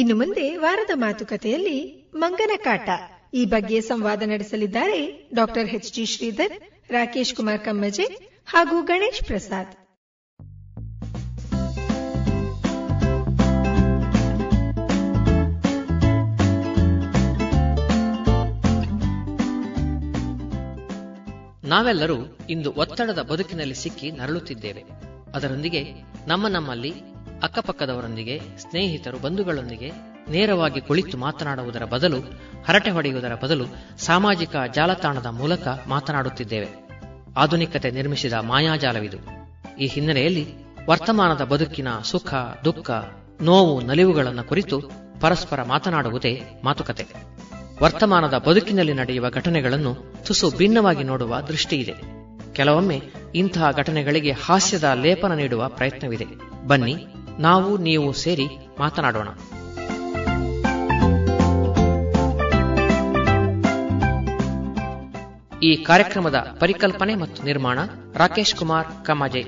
ಇನ್ನು ಮುಂದೆ ವಾರದ ಮಾತುಕತೆಯಲ್ಲಿ ಮಂಗನ ಕಾಟ ಈ ಬಗ್ಗೆ ಸಂವಾದ ನಡೆಸಲಿದ್ದಾರೆ doctor H T Shridhar Rakesh Kumar Kammaje ಹಾಗೂ ಗಣೇಶ್ ಪ್ರಸಾದ್ ನಾವೆಲ್ಲರೂ ಇಂದು ಒತ್ತಡದ ಬದುಕಿನಲ್ಲಿ ಸಿಕ್ಕಿ ನರಳುತ್ತಿದ್ದೇವೆ ಅದರೊಂದಿಗೆ ನಮ್ಮ ನಮ್ಮಲ್ಲಿ ಅಕ್ಕಪಕ್ಕದವರೊಂದಿಗೆ ಸ್ನೇಹಿತರು ಬಂಧುಗಳೊಂದಿಗೆ ನೇರವಾಗಿ ಕುಳಿತು ಮಾತನಾಡುವುದರ ಬದಲು ಹರಟೆ ಹೊಡೆಯುವುದರ ಬದಲು ಸಾಮಾಜಿಕ ಜಾಲತಾಣದ ಮೂಲಕ ಮಾತನಾಡುತ್ತಿದ್ದೇವೆ ಆಧುನಿಕತೆ ನಿರ್ಮಿಸಿದ ಮಾಯಾಜಾಲವಿದು ಈ ಹಿನ್ನೆಲೆಯಲ್ಲಿ ವರ್ತಮಾನದ ಬದುಕಿನ ಸುಖ ದುಃಖ ನೋವು ನಲಿವುಗಳನ್ನು ಕುರಿತು ಪರಸ್ಪರ ಮಾತನಾಡುವುದೇ ಮಾತುಕತೆ ವರ್ತಮಾನದ ಬದುಕಿನಲ್ಲಿ ನಡೆಯುವ ಘಟನೆಗಳನ್ನು ತುಸು ಭಿನ್ನವಾಗಿ ನೋಡುವ ದೃಷ್ಟಿಯಿದೆ ಕೆಲವೊಮ್ಮೆ ಇಂತಹ ಘಟನೆಗಳಿಗೆ ಹಾಸ್ಯದ ಲೇಪನ ನೀಡುವ ಪ್ರಯತ್ನವಿದೆ ಬನ್ನಿ ನಾವು ನೀವು ಸೇರಿ ಮಾತನಾಡೋಣ ಈ ಕಾರ್ಯಕ್ರಮದ ಪರಿಕಲ್ಪನೆ ಮತ್ತು ನಿರ್ಮಾಣ ರಾಕೇಶ್ ಕುಮಾರ್ ಕಮಾಜೆ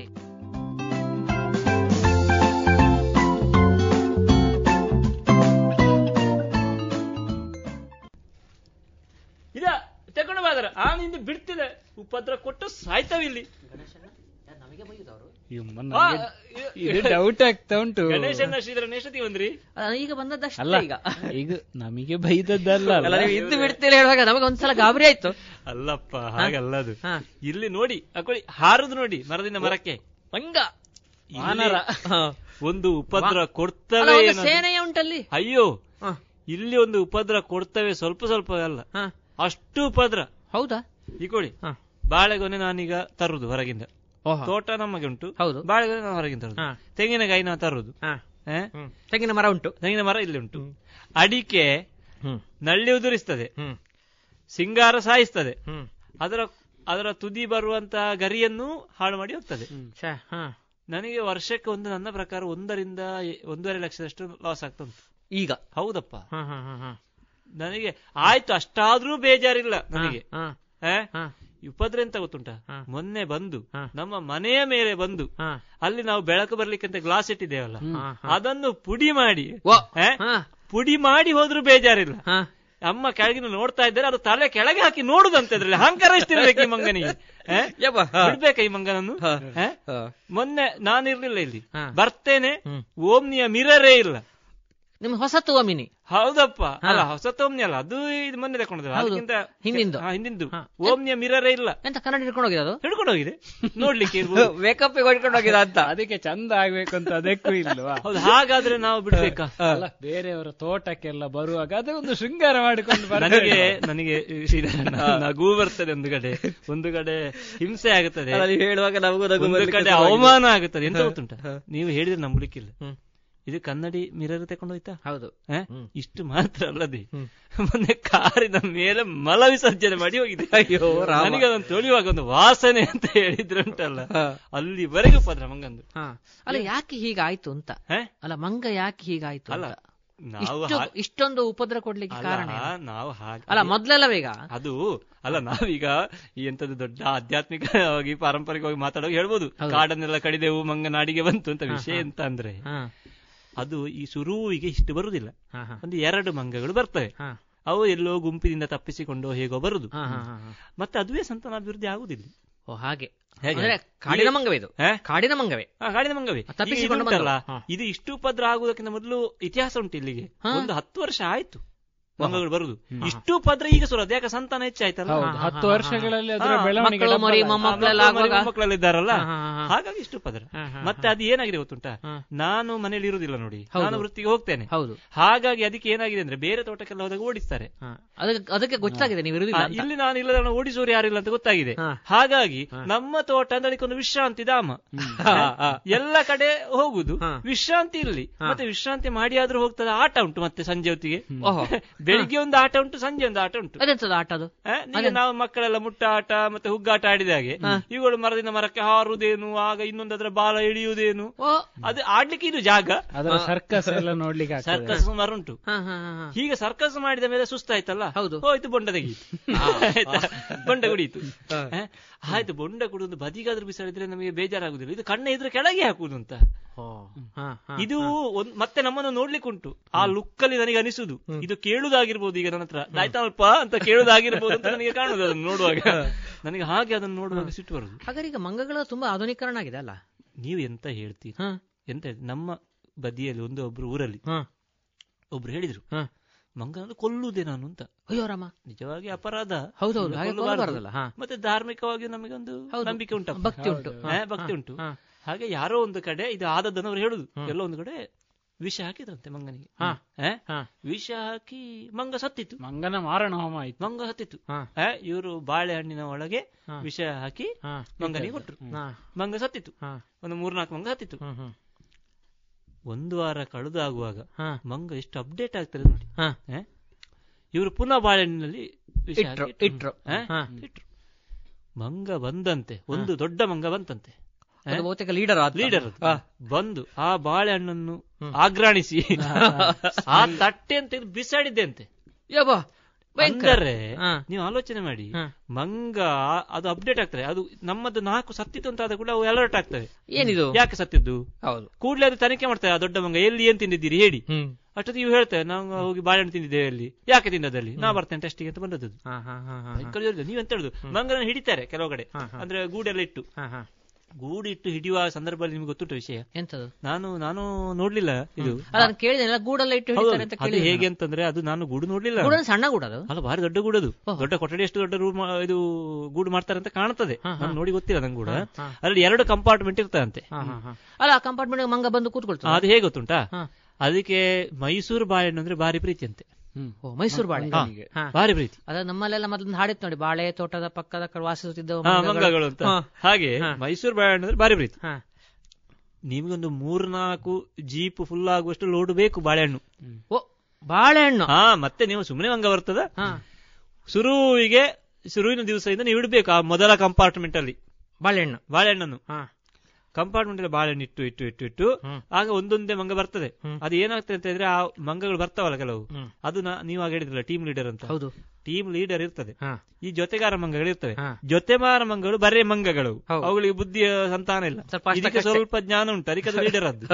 ಇದ ತಗೊಂಡು ಬಾದ್ರ ಆನಿಂದ ಬಿಡ್ತಿದೆ ಉಪದ್ರ ಕೊಟ್ಟು ಸಾಯ್ತಾವಿಲ್ಲಿ ಆ, ಇ- ಇದು ಡೌಟ್ ಆಗ್ತಾ ಉಂಟು ಗಣೇಶನ ಶ್ರೀಧರ ಎಷ್ಟೊತ್ತಿಗೆ ಬಂದ್ರಿ ಈಗ ಬಂದದ್ದಷ್ಟೇ ಅಲ್ಲ ಈಗ ಈಗ ನಮಗೆ ಬೈದದ್ದಲ್ಲ ಅಲ್ಲ, ಅಲ್ಲ ನೀವು ಇದ್ದು ಬಿಡ್ತೀರಿ ಹೇಳುವಾಗ ನಮಗೆ ಒಂದ್ಸಲ ಗಾಬರಿ ಆಯ್ತು ಅಲ್ಲಪ್ಪ ಹಾಗಲ್ಲ ಅದು ಹಾ. ಇಲ್ಲಿ ನೋಡಿ ಅಕೊಳ್ಳಿ ಹಾರದು ನೋಡಿ ಮರದಿಂದ ಮರಕ್ಕೆ ಮಂಗ ಇಲ್ಲಿ ವಾನರ. ಹಾ. ಒಂದು ಉಪದ್ರ ಅಲ್ಲ, ಕೊಡ್ತವೆ ಒಂದು ಏನದು. ಸೇನೆಯೇ ಉಂಟಲ್ಲಿ ಅಯ್ಯೋ ಹಾ, ಇಲ್ಲಿ ಒಂದು ಉಪದ್ರ ಕೊಡ್ತವೆ ಸ್ವಲ್ಪ ಸ್ವಲ್ಪ ಅಲ್ಲ ಹಾ. ಅಷ್ಟು ಉಪದ್ರ ಹೌದಾ ಇಕೊಳ್ಳಿ ಹಾ. ಬಾಳೆಗೊನೆ ನಾನೀಗ ತರುದು ಹೊರಗಿಂದ ಓಹೋ. ತೋಟ ನಮಗೆ ಉಂಟು ಹೌದು. ಬಾಳೆಗೊನೆ ನಾವು ಹೊರಗಿಂದ ತರುದು ಹಾ. ತೆಂಗಿನಕಾಯಿ ನಾವು ತರುದು ಹಾ. ಆ? ತೆಂಗಿನ ಮರ ಉಂಟು ತೆಂಗಿನ ಮರ ಇಲ್ಲಿ ಉಂಟು ಅಡಿಕೆ ನಳ್ಳಿ ಉದುರಿಸ್ತದೆ ಸಿಂಗಾರ ಸಾಯಿಸ್ತದೆ ಅದರ ಅದರ ತುದಿ ಬರುವಂತಹ ಗರಿಯನ್ನು ಹಾಳು ಮಾಡಿ ಹೋಗ್ತದೆ ಛೆ, ಹಾ. ನನಗೆ ವರ್ಷಕ್ಕೆ ಒಂದು ನನ್ನ ಪ್ರಕಾರ ಒಂದರಿಂದ ಎ- ಒಂದೂವರೆ ಲಕ್ಷದಷ್ಟು ಲಾಸ್ ಆಗ್ತಾ ಉಂಟು ಈಗ ಹೌದಪ್ಪ ಹಾ, ಹಾ, ಹಾ, ಹಾ. ನನಗೆ ಆಯ್ತು ಅಷ್ಟಾದ್ರೂ ಬೇಜಾರಿಲ್ಲ ನನಗೆ ಹಾ, ಆ? ಹಾ, ಈ ಉಪದ್ರ ಎಂತ ಗೊತ್ತುಂಟ ಹಾ. ಮೊನ್ನೆ ಬಂದು ಹಾ. ನಮ್ಮ ಮನೆಯ ಮೇಲೆ ಬಂದು ಹಾ. ಅಲ್ಲಿ ನಾವು ಬೆಳಕು ಬರ್ಲಿಕ್ಕೆ ಅಂತ ಗ್ಲಾಸ್ ಇಟ್ಟಿದ್ದೇವಲ್ಲ ಹಾ, ಹಾ. ಅದನ್ನು ಪುಡಿ ಮಾಡಿ ಓ, ಆ? ಹಾ, ಪುಡಿ ಮಾಡಿ ಹೋದ್ರೂ ಬೇಜಾರಿಲ್ಲ ಹಾ. ಅಮ್ಮ ಕೆಳಗಿನ ನೋಡ್ತಾ ಇದ್ದಾರೆ ಅದು ತಲೆ ಕೆಳಗೆ ಹಾಕಿ ನೋಡುದಂತೆ ಅದ್ರಲ್ಲಿ ಅಹಂಕಾರ ಎಷ್ಟಿರ್ಬೇಕು ಈ ಮಂಗನಿಗೆ ಆ? ಯಬ್ಬ, ಹಾ. ಬಿಡ್ಬೇಕಾ ಈ ಮಂಗನನ್ನು ಹಾ. ಆ? ಹಾ. ಮೊನ್ನೆ ನಾನಿರ್ಲಿಲ್ಲ ಇಲ್ಲಿ ಹಾ. ಬರ್ತೇನೆ ಹ್ಮ್. ಓಮ್ನಿಯ ಮಿರರೇ ಇಲ್ಲ ನಿಮ್ ಹೊಸತು ಅಮಿನಿ ಹೌದಪ್ಪ ಹಾ. ಅಲ್ಲ ಹೊಸ ಓಮ್ನಿ ಅಲ್ಲ ಅದು ಇದು ಮೊನ್ನೆ ತಕೊಂಡದ್ದು ಹೌದು. ಅದಕ್ಕಿಂತ ಹಿಂದಿಂದು. ಹಾ, ಹಿಂದಿಂದು ಹಾ. ಓಮ್ನಿಯ ಮಿರರೇ ಇಲ್ಲ ಎಂತ ಕನ್ನಡ ಹಿಡ್ಕೊಂಡು ಹೋಗಿರೋದು ಹಿಡ್ಕೊಂಡು ಹೋಗಿದೆ ನೋಡ್ಲಿಕ್ಕೆ ಇರ್ಬೋದು ಮೇಕಪ್ ಹೊಡ್ಕೊಂಡು ಹೋಗಿದ ಅಂತ ಅದಕ್ಕೆ ಚಂದ ಆಗ್ಬೇಕು ಅಂತ ಅದಕ್ಕೂ ಇಲ್ವಾ ಹೌದು ಹಾಗಾದ್ರೆ ನಾವು ಬಿಡ್ಬೇಕಾ ಅಲ್ಲ ಬೇರೆಯವರ ತೋಟಕ್ಕೆಲ್ಲ ಬರುವಾಗ ಅದೇ ಒಂದು ಶೃಂಗಾರ ಮಾಡಿಕೊಂಡು ನನಗೆ ಬರ್ತೇವೆ ನನಗೆ ಇದು ನಗು ಬರ್ತದೆ ಒಂದು ಕಡೆ ಒಂದು ಕಡೆ ಹಿಂಸೆ ಆಗುತ್ತದೆ ಹೇಳುವಾಗ ನಮಗೂ ಒಂದು ಕಡೆ ಅವಮಾನ ಆಗುತ್ತದೆ ಎಂತ ಗೊತ್ತುಂಟ ನೀವು ಹೇಳಿದ್ರೆ ನಂಬಲಿಕ್ಕಿಲ್ಲ ಹ್ಮ್. ಇದು ಕನ್ನಡಿ ಮಿರರ್ ತಕೊಂಡು ಹೋಯ್ತಾ ಹೌದು ಆ? ಹ್ಮ್. ಇಷ್ಟು ಮಾತ್ರ ಅಲ್ಲದೆ ಹ್ಮ್. ಮೊನ್ನೆ ಕಾರಿನ ಮೇಲೆ ಮಲ ವಿಸರ್ಜನೆ ಮಾಡಿ ಹೋಗಿದೆ ಅಯ್ಯೋ ರಾಮ. ನನಗೆ ಅದನ್ನು ತೊಳೆಯುವಾಗ ಒಂದು ವಾಸನೆ ಅಂತ ಹೇಳಿದ್ರುಂಟಲ್ಲ ಹಾ. ಅಲ್ಲಿವರೆಗೂ ಪದ್ರ ಮಂಗಂದು ಹಾ. ಅಲ್ಲ ಯಾಕೆ ಹೀಗಾಯ್ತು ಅಂತ ಹಾ? ಅಲ್ಲ ಮಂಗ ಯಾಕೆ ಹೀಗಾಯ್ತು ಅಲ್ಲ ಅಂತ ನಾವು ಇಷ್ಟು- ಹಾ- ಇಷ್ಟೊಂದು ಉಪದ್ರ ಕೊಡ್ಲಿಕ್ಕೆ ಕಾರಣ ಅಲ್ಲ ಏನು? ನಾವು ಹಾಗೆ ಅಲ್ಲ ಮೊದ್ಲೆಲ್ಲ ಈಗ ಅದು ಅಲ್ಲ ನಾವೀಗ ಈ ಎಂತದ್ದು ದೊಡ್ಡ ಆಧ್ಯಾತ್ಮಿಕವಾಗಿ ಪಾರಂಪರಿಕವಾಗಿ ಮಾತಾಡುವಾಗ ಹೇಳ್ಬೋದು ಹೌದು. ಕಾಡನ್ನೆಲ್ಲ ಕಡಿದೆವು ಮಂಗನಾಡಿಗೆ ಬಂತು ಅಂತ ವಿಷಯ ಎಂತ ಅಂದ್ರೆ ಹಾ, ಅದು ಈ ಶುರುವಿಗೆ ಇಷ್ಟು ಬರುದಿಲ್ಲ ಹಾ, ಹಾ, ಒಂದು ಎರಡು ಮಂಗಗಳು ಬರ್ತವೆ ಹಾ, ಅವು ಎಲ್ಲೋ ಗುಂಪಿನಿಂದ ತಪ್ಪಿಸಿಕೊಂಡು ಹೇಗೋ ಬರುದು ಹಾ, ಹಾ, ಹಾ, ಹಾ. ಮತ್ತೆ ಅದುವೇ ಸಂತಾನಾಭಿವೃದ್ಧಿ ಆಗುದಿಲ್ಲ ಓ ಹಾಗೆ ಹೇಗೆ? ಅಂದ್ರೆ ಕಾಡಿನ ಮಂಗವೇ ಇದು ಹಾ? ಕಾಡಿನ ಮಂಗವೇ ಆ, ಕಾಡಿನ ಮಂಗವೇ ಆ, ತಪ್ಪಿಸಿಕೊಂಡು ಈಗ ಇದು ಉಂಟಲ್ಲ, ಬಂದವು. ಹಾ. ಇದು ಇಷ್ಟು ಉಪದ್ರ ಆಗುವುದಕ್ಕಿಂತ ಮೊದಲು ಇತಿಹಾಸ ಉಂಟು ಇಲ್ಲಿಗೆ ಹಾ. ಒಂದು ಹತ್ತು ವರ್ಷ ಆಯ್ತು ಮಂಗಗಳು ಬರುದು ಹಾ. ಇಷ್ಟು ಉಪದ್ರ ಈಗ ಸುರದು ಯಾಕೆ ಸಂತಾನ ಹೆಚ್ಚಾಯ್ತಲ್ಲ ಹೌದು ಹಾ, ಹತ್ತು ಹಾ, ವರ್ಷಗಳಲ್ಲಿ ಅದರ ಹಾ, ಬೆಳವಣಿಗೆ ಮಕ್ಕಳು ಮರಿ double ಆಯ್ತು. ಮೊಮ್ಮಕ್ಕಳು ಎಲ್ಲ ಆಗುವಾಗ ಮಕ್ಕಳೆಲ್ಲ ಇದ್ದಾರಲ್ಲ ಹಾ, ಹಾ, ಹಾ. ಹಾಗಾಗಿ ಇಷ್ಟು ಪದರ ಹಾ, ಹಾ, ಮತ್ತೆ ಅದು ಏನಾಗಿದೆ ಗೊತ್ತುಂಟಾ ಹಾ. ನಾನು ಮನೇಲಿ ಇರುವುದಿಲ್ಲ ನೋಡಿ ಹೌದು. ನಾನು ವೃತ್ತಿಗೆ ಹೋಗ್ತೇನೆ ಹೌದು ಹಾಗಾಗಿ ಅದಕ್ಕೆ ಏನಾಗಿದೆ ಅಂದ್ರೆ ಬೇರೆ ತೋಟಕ್ಕೆಲ್ಲ ಹೋದಾಗ ಓಡಿಸ್ತಾರೆ ಹಾ. ಅದಕ್ಕೆ ಅದಕ್ಕೆ ಗೊತ್ತಾಗಿದೆ ನೀವು ಆ, ಇರುವುದಿಲ್ಲ ಅಂತ. ಇಲ್ಲಿ ನಾನು ಇಲ್ಲದ ಓಡಿಸೋರು ಯಾರಿಲ್ಲ ಅಂತ ಗೊತ್ತಾಗಿದೆ ಹಾ. ಹಾಗಾಗಿ ನಮ್ಮ ತೋಟ ಅಂದ್ರೆ ಅದಕ್ಕೊಂದು ವಿಶ್ರಾಂತಿ ಧಾಮ ಹಾ, ಹಾ. ಎಲ್ಲ ಕಡೆ ಹೋಗುದು ಹಾ. ವಿಶ್ರಾಂತಿ ಇಲ್ಲಿ ಮತ್ತೆ ವಿಶ್ರಾಂತಿ ಮಾಡಿ ಆದ್ರೂ ಹೋಗ್ತದೆ ಆಟ ಉಂಟು ಮತ್ತೆ ಸಂಜೆ ಹೊತ್ತಿಗೆ ಓಹೋ. ಬೆಳಿಗ್ಗೆ ಒಂದು ಆಟ ಉಂಟು ಸಂಜೆ ಒಂದು ಆಟ ಉಂಟು ಅದೆಂತದ ಆಟ ಅದು ಆ, ಈಗ ನಾವು ಮಕ್ಕಳೆಲ್ಲ ಮುಟ್ಟಾಟ ಮತ್ತೆ ಹುಗ್ಗಾಟ ಆಡಿದ ಹಾಗೆ ಇವುಗಳು ಮರದಿಂದ ಮರಕ್ಕೆ ಹಾರುವುದೇನು ಆಗ ಇನ್ನೊಂದು ಅದರ ಬಾಲ ಇಳಿಯುವುದೇನು ಓ ಅದು ಆಡ್ಲಿಕ್ಕೆ ಇದು ಜಾಗ ಅದರ ಸರ್ಕಸ್ ಎಲ್ಲ ನೋಡ್ಲಿಕ್ಕೆ ಆಗ್ತದೆ ಸರ್ಕಸ್ ಸುಮಾರು ಉಂಟು ಹಾ ಹಾ ಹಾ ಹೀಗೆ ಸರ್ಕಸ್ ಮಾಡಿದ ಮೇಲೆ ಸುಸ್ತಾಯ್ತಲ್ಲ ಹೌದು. ಹೋಯ್ತು ಬೊಂಡ ತೆಗೀತು ಆಯ್ತಾ? ಬೊಂಡ ಕುಡಿಯಿತು ಹ? ಆಯ್ತು ಬೊಂಡ ಕುಡಿದು ಬದಿಗಾದ್ರೂ ಬಿಸಾಡಿದ್ರೆ ನಮಗೆ ಬೇಜಾರಾಗುದಿಲ್ಲ ಇದು ಕಣ್ಣ ಇದ್ರ ಕೆಳಗೆ ಹಾಕುದು ಅಂತ ಹಾ ಹಾ ಇದು ಒಂದ್- ಮತ್ತೆ ನಮ್ಮನ್ನು ನೋಡ್ಲಿಕ್ಕೆ ಉಂಟು ಆ ಲುಕ್ ಅಲ್ಲಿ ನನಗೆ ಅನಿಸುದು ಇದು ಕೇಳುದಾಗಿರ್ಬೋದು ಈಗ ನನ್ನ ಹತ್ರ ಆಯ್ತಾ ಅಲ್ಪ ಅಂತ ಕೇಳುದಾಗಿರ್ಬೋದು ಅಂತ ನನಗೆ ಕಾಣುದು ಅದನ್ನು ನೋಡುವಾಗ ನನಗೆ ಹಾಗೆ ಅದನ್ನು ನೋಡುವಾಗ ಸಿಟ್ಟು ಬರುದು ಹಾಗಾದ್ರೆ ಈಗ ಮಂಗಗಳ ತುಂಬಾ ಆಧುನೀಕರಣ ಆಗಿದೆ ಅಲ್ಲ ನೀವು ಎಂತ ಹೇಳ್ತೀರಿ ಹಾ ಎಂತ ಹೇಳ್ತೀರಿ? ನಮ್ಮ ಬದಿಯಲ್ಲಿ ಒಂದು ಒಬ್ರು ಊರಲ್ಲಿ ಹಾ ಒಬ್ರು ಹೇಳಿದ್ರು ಹಾ ಮಂಗನನ್ನು ಕೊಲ್ಲುವುದೇ ನಾನು ಅಂತ ಅಯ್ಯೋ ರಾಮ ನಿಜವಾಗಿ ಅಪರಾಧ ಹೌದೌದು ಹಾಗೆ ಕೊಲ್ಲಬಾರ್ದು. ಕೊಲ್ಲಬಾರ್ದಲ್ಲ ಹಾ ಮತ್ತೆ ಧಾರ್ಮಿಕವಾಗಿ ನಮಗೊಂದು ಹೌದು. ನಂಬಿಕೆ ಉಂಟು ಭಕ್ತಿ ಉಂಟು ಹಾ, ಭಕ್ತಿ ಹಾ, ಉಂಟು ಹಾ. ಹಾಗೆ ಯಾರೋ ಒಂದು ಕಡೆ ಇದು ಆದದ್ದನ್ನು ಅವ್ರು ಹೇಳುದು ಎಲ್ಲೋ ಒಂದು ಕಡೆ ವಿಷ ಹಾಕಿದ್ರಂತೆ ಮಂಗನಿಗೆ ಹಾ. ಹಾ? ಹಾ. ವಿಷ ಹೋಮಿ ಮಂಗ ಸತ್ತಿತ್ತು ಮಂಗನ ಮಾರಣ ಹೋಮ ಆಯ್ತು ಮಂಗ ಸತ್ತಿತ್ತು ಹಾ. ಇವರು ಬಾಳೆಹಣ್ಣಿನ ಒಳಗೆ ಹಾ. ವಿಷ ಹಾಕಿ ಹಾ. ಮಂಗನಿಗೆ ಕೊಟ್ಟರು ಹಾ. ಮಂಗ ಸತ್ತಿತ್ತು ಹಾ. ಒಂದು ಮೂರ್ನಾಲ್ಕು ಮಂಗ ಸತ್ತಿತ್ತು ಹ್ಮ್, ಹ್ಮ್. ಒಂದು ವಾರ ಕಳೆದಾಗುವಾಗ ಹಾ. ಮಂಗ ಎಷ್ಟು ಅಪ್ಡೇಟ್ ಆಗ್ತದೆ ನೋಡಿ ಹಾ. ಇವರು ಪುನಃ ಬಾಳೆಹಣ್ಣಿನಲ್ಲಿ ವಿಷ ಹಾಕಿ ಇಟ್ರು, ಇಟ್ರು. ಇಟ್ರು. ಹಾ? ಹಾ. ಇಟ್ರು. ಮಂಗ ಬಂದಂತೆ ಒಂದು ದೊಡ್ಡ ಮಂಗ ಬಂತಂತೆ ಅದು ಬಹುತೇಕ ಲೀಡರ್ ಲೀಡರ್ ಬಂದು ಆ ಬಾಳೆಹಣ್ಣನ್ನು ಆಗ್ರಾಣಿಸಿ ಆ ತಟ್ಟೆ ಅಂತ ಇದು ಬಿಸಾಡಿದ್ದೆ ಅಂತೆ ಯಬ್ಬಾ ಭಯಂಕರ ಅಂದರೆ ಹಾ. ನೀವು ಆಲೋಚನೆ ಮಾಡಿ ಹಾ. ಮಂಗ ಅದು ಅಪ್ಡೇಟ್ ಆಗ್ತದೆ ಅದು ನಮ್ಮದು ನಾಲ್ಕು ಸತ್ತಿತ್ತು ಅಂತ ಆದ ಕೂಡ ಅವು ಅಲರ್ಟ್ ಆಗ್ತವೆ ಏನಿದು ಯಾಕೆ ಸತ್ತಿದ್ದು ಹೌದು ಕೂಡಲೇ ಅದು ತನಿಖೆ ಮಾಡ್ತೇವೆ ಆ ದೊಡ್ಡ ಮಂಗ ಎಲ್ಲಿ ಏನ್ ತಿಂದಿದ್ದೀರಿ ಹೇಳಿ ಹ್ಮ್ ಅಷ್ಟೊತ್ತಿಗೆ ಇವು ಹೇಳ್ತೇವೆ ನಾವು ಹೋಗಿ ಬಾಳೆಹಣ್ಣು ತಿಂದಿದ್ದೇವೆ ಅಲ್ಲಿ ಯಾಕೆ ತಿಂದದಲ್ಲಿ ನಾ ಬರ್ತೇನೆ ಟೆಸ್ಟಿಗೆ ಅಂತ ಬಂದದ್ದು ಹಾ ಹಾ ಹಾ ಹಾ ಭಯಂಕರ ಜೋರಿದೆ. ನೀವೆಂತ ಹೇಳುದು ಮಂಗನ ಹಿಡಿತಾರೆ ಕೆಲವು ಕಡೆ ಹಾ, ಹಾ. ಅಂದ್ರೆ ಗೂಡೆಲ್ಲ ಇಟ್ಟು ಹಾ ಹಾ ಗೂಡಿಟ್ಟು ಹಿಡಿಯುವ ಸಂದರ್ಭದಲ್ಲಿ ನಿಮ್ಗೆ ಗೊತ್ತುಂಟು ವಿಷಯ ಎಂತದು ನಾನು ನಾನು ನೋಡ್ಲಿಲ್ಲ ಇದು ಅದನ್ನ ಕೇಳಿದೆನಲ್ಲ ಗೂಡಲ್ಲ ಇಟ್ಟು ಹೌದು, ಹಿಡಿತಾರೆ ಅಂತ ಅದು ಕೇಳಿ ಹೇಗೆ ಅಂತಂದ್ರೆ ಅದು ನಾನು ಗೂಡು ನೋಡ್ಲಿಲ್ಲ ಗೂಡನ್ ಸಣ್ಣ ಗೂಡ ಅದು ಅಲ್ಲ ಭಾರಿ ದೊಡ್ಡ ಗೂಡದು ದೊಡ್ಡ ಕೊಠಡಿ ಎಷ್ಟು ದೊಡ್ಡ ರೂಮ್ ಇದು ಗೂಡು ಮಾಡ್ತಾರೆ ಅಂತ ಕಾಣ್ತದೆ ನಾನು ನೋಡಿ ಗೊತ್ತಿಲ್ಲ ನಂಗೆ ಕೂಡ ಅದ್ರಲ್ಲಿ ಎರಡು ಕಂಪಾರ್ಟ್ಮೆಂಟ್ ಇರ್ತದಂತೆ ಹಾ, ಹಾ, ಹಾ. ಅಲ್ಲ ಕಂಪಾರ್ಟ್ಮೆಂಟ್ ಮಂಗ ಬಂದು ಕೂತ್ಕೊಳ್ತದೆ ಅದು ಹೇಗೆ ಗೊತ್ತುಂಟಾ ಹಾ. ಅದಕ್ಕೆ ಮೈಸೂರು ಬಾಳೆಹಣ್ಣು ಅಂದ್ರೆ ಭಾರಿ ಪ್ರೀತಿ ಅಂತೆ ಹ್ಮ್ ಓ ಮೈಸೂರು ಬಾಳೆ ಹಾ, ಹಾ. ಭಾರಿ ಪ್ರೀತಿ ಅದ ನಮ್ಮಲ್ಲೆಲ್ಲ ಮೊದಲೊಂದು ಹಾಡಿತ್ತು ನೋಡಿ ಬಾಳೆ ತೋಟದ ಪಕ್ಕದ ಕಡೆ ವಾಸಿಸುತ್ತಿದ್ದ ಹಾ, ಮಂಗಗಳು. ಮಂಗಗಳು ಅಂತ ಹಾ. ಹಾಗೆ ಹಾ. ಮೈಸೂರು ಬಾಳೆಹಣ್ಣು ಅಂದ್ರೆ ಭಾರಿ ಪ್ರೀತಿ ಹಾ. ನಿಮ್ಗೊಂದು ಮೂರ್ನಾಲ್ಕು ಜೀಪ್ ಫುಲ್ ಆಗುವಷ್ಟು ಲೋಡ್ ಬೇಕು ಬಾಳೆಹಣ್ಣು ಓ ಬಾಳೆಹಣ್ಣು ಹಾ ಮತ್ತೆ ನೀವು ಸುಮ್ಮನೆ ಮಂಗ ಬರ್ತದ ಹಾ ಶುರುವಿಗೆ ಶುರುವಿನ ದಿವಸದಿಂದ ನೀವು ಇಡಬೇಕು ಆ ಮೊದಲ ಕಂಪಾರ್ಟ್ಮೆಂಟ್ ಅಲ್ಲಿ ಬಾಳೆಹಣ್ಣು ಬಾಳೆಹಣ್ಣನ್ನು ಹಾ ಕಂಪಾರ್ಟ್ಮೆಂಟ್ ಅಲ್ಲಿ ಬಾಳೆಹಣ್ಣು ಇಟ್ಟು ಇಟ್ಟು ಇಟ್ಟು ಇಟ್ಟು ಆಗ ಒಂದೊಂದೇ ಮಂಗ ಬರ್ತದೆ ಅದು ಏನಾಗ್ತದೆ ಅಂತ ಹೇಳಿದ್ರೆ ಆ ಮಂಗಗಳು ಬರ್ತಾವಲ್ಲ ಕೆಲವು ಅದು ನಾ- ನೀವು ಆಗ ಹೇಳಿದ್ರಲ್ಲ ಟೀಮ್ ಲೀಡರ್ ಅಂತ ಹೌದು ಟೀಮ್ ಲೀಡರ್ ಇರ್ತದೆ ಹಾ ಈ ಜೊತೆಗಾರ ಮಂಗಗಳು ಇರ್ತವೆ ಹಾ. ಜೊತೆಗಾರ ಮಂಗಗಳು ಬರೇ ಮಂಗಗಳು ಹೌದು. ಅವುಗಳಿಗೆ ಬುದ್ಧಿಯ ಸಂತಾನ ಇಲ್ಲ ಸ್ವಲ್ಪ ಅಷ್ಟಕ್ಕೆ ಇದಕ್ಕೆ ಅಷ್ಟೇ. ಸ್ವಲ್ಪ ಜ್ಞಾನ ಉಂಟು ಅದಕ್ಕೆ ಅದು ಲೀಡರ್ ಅದು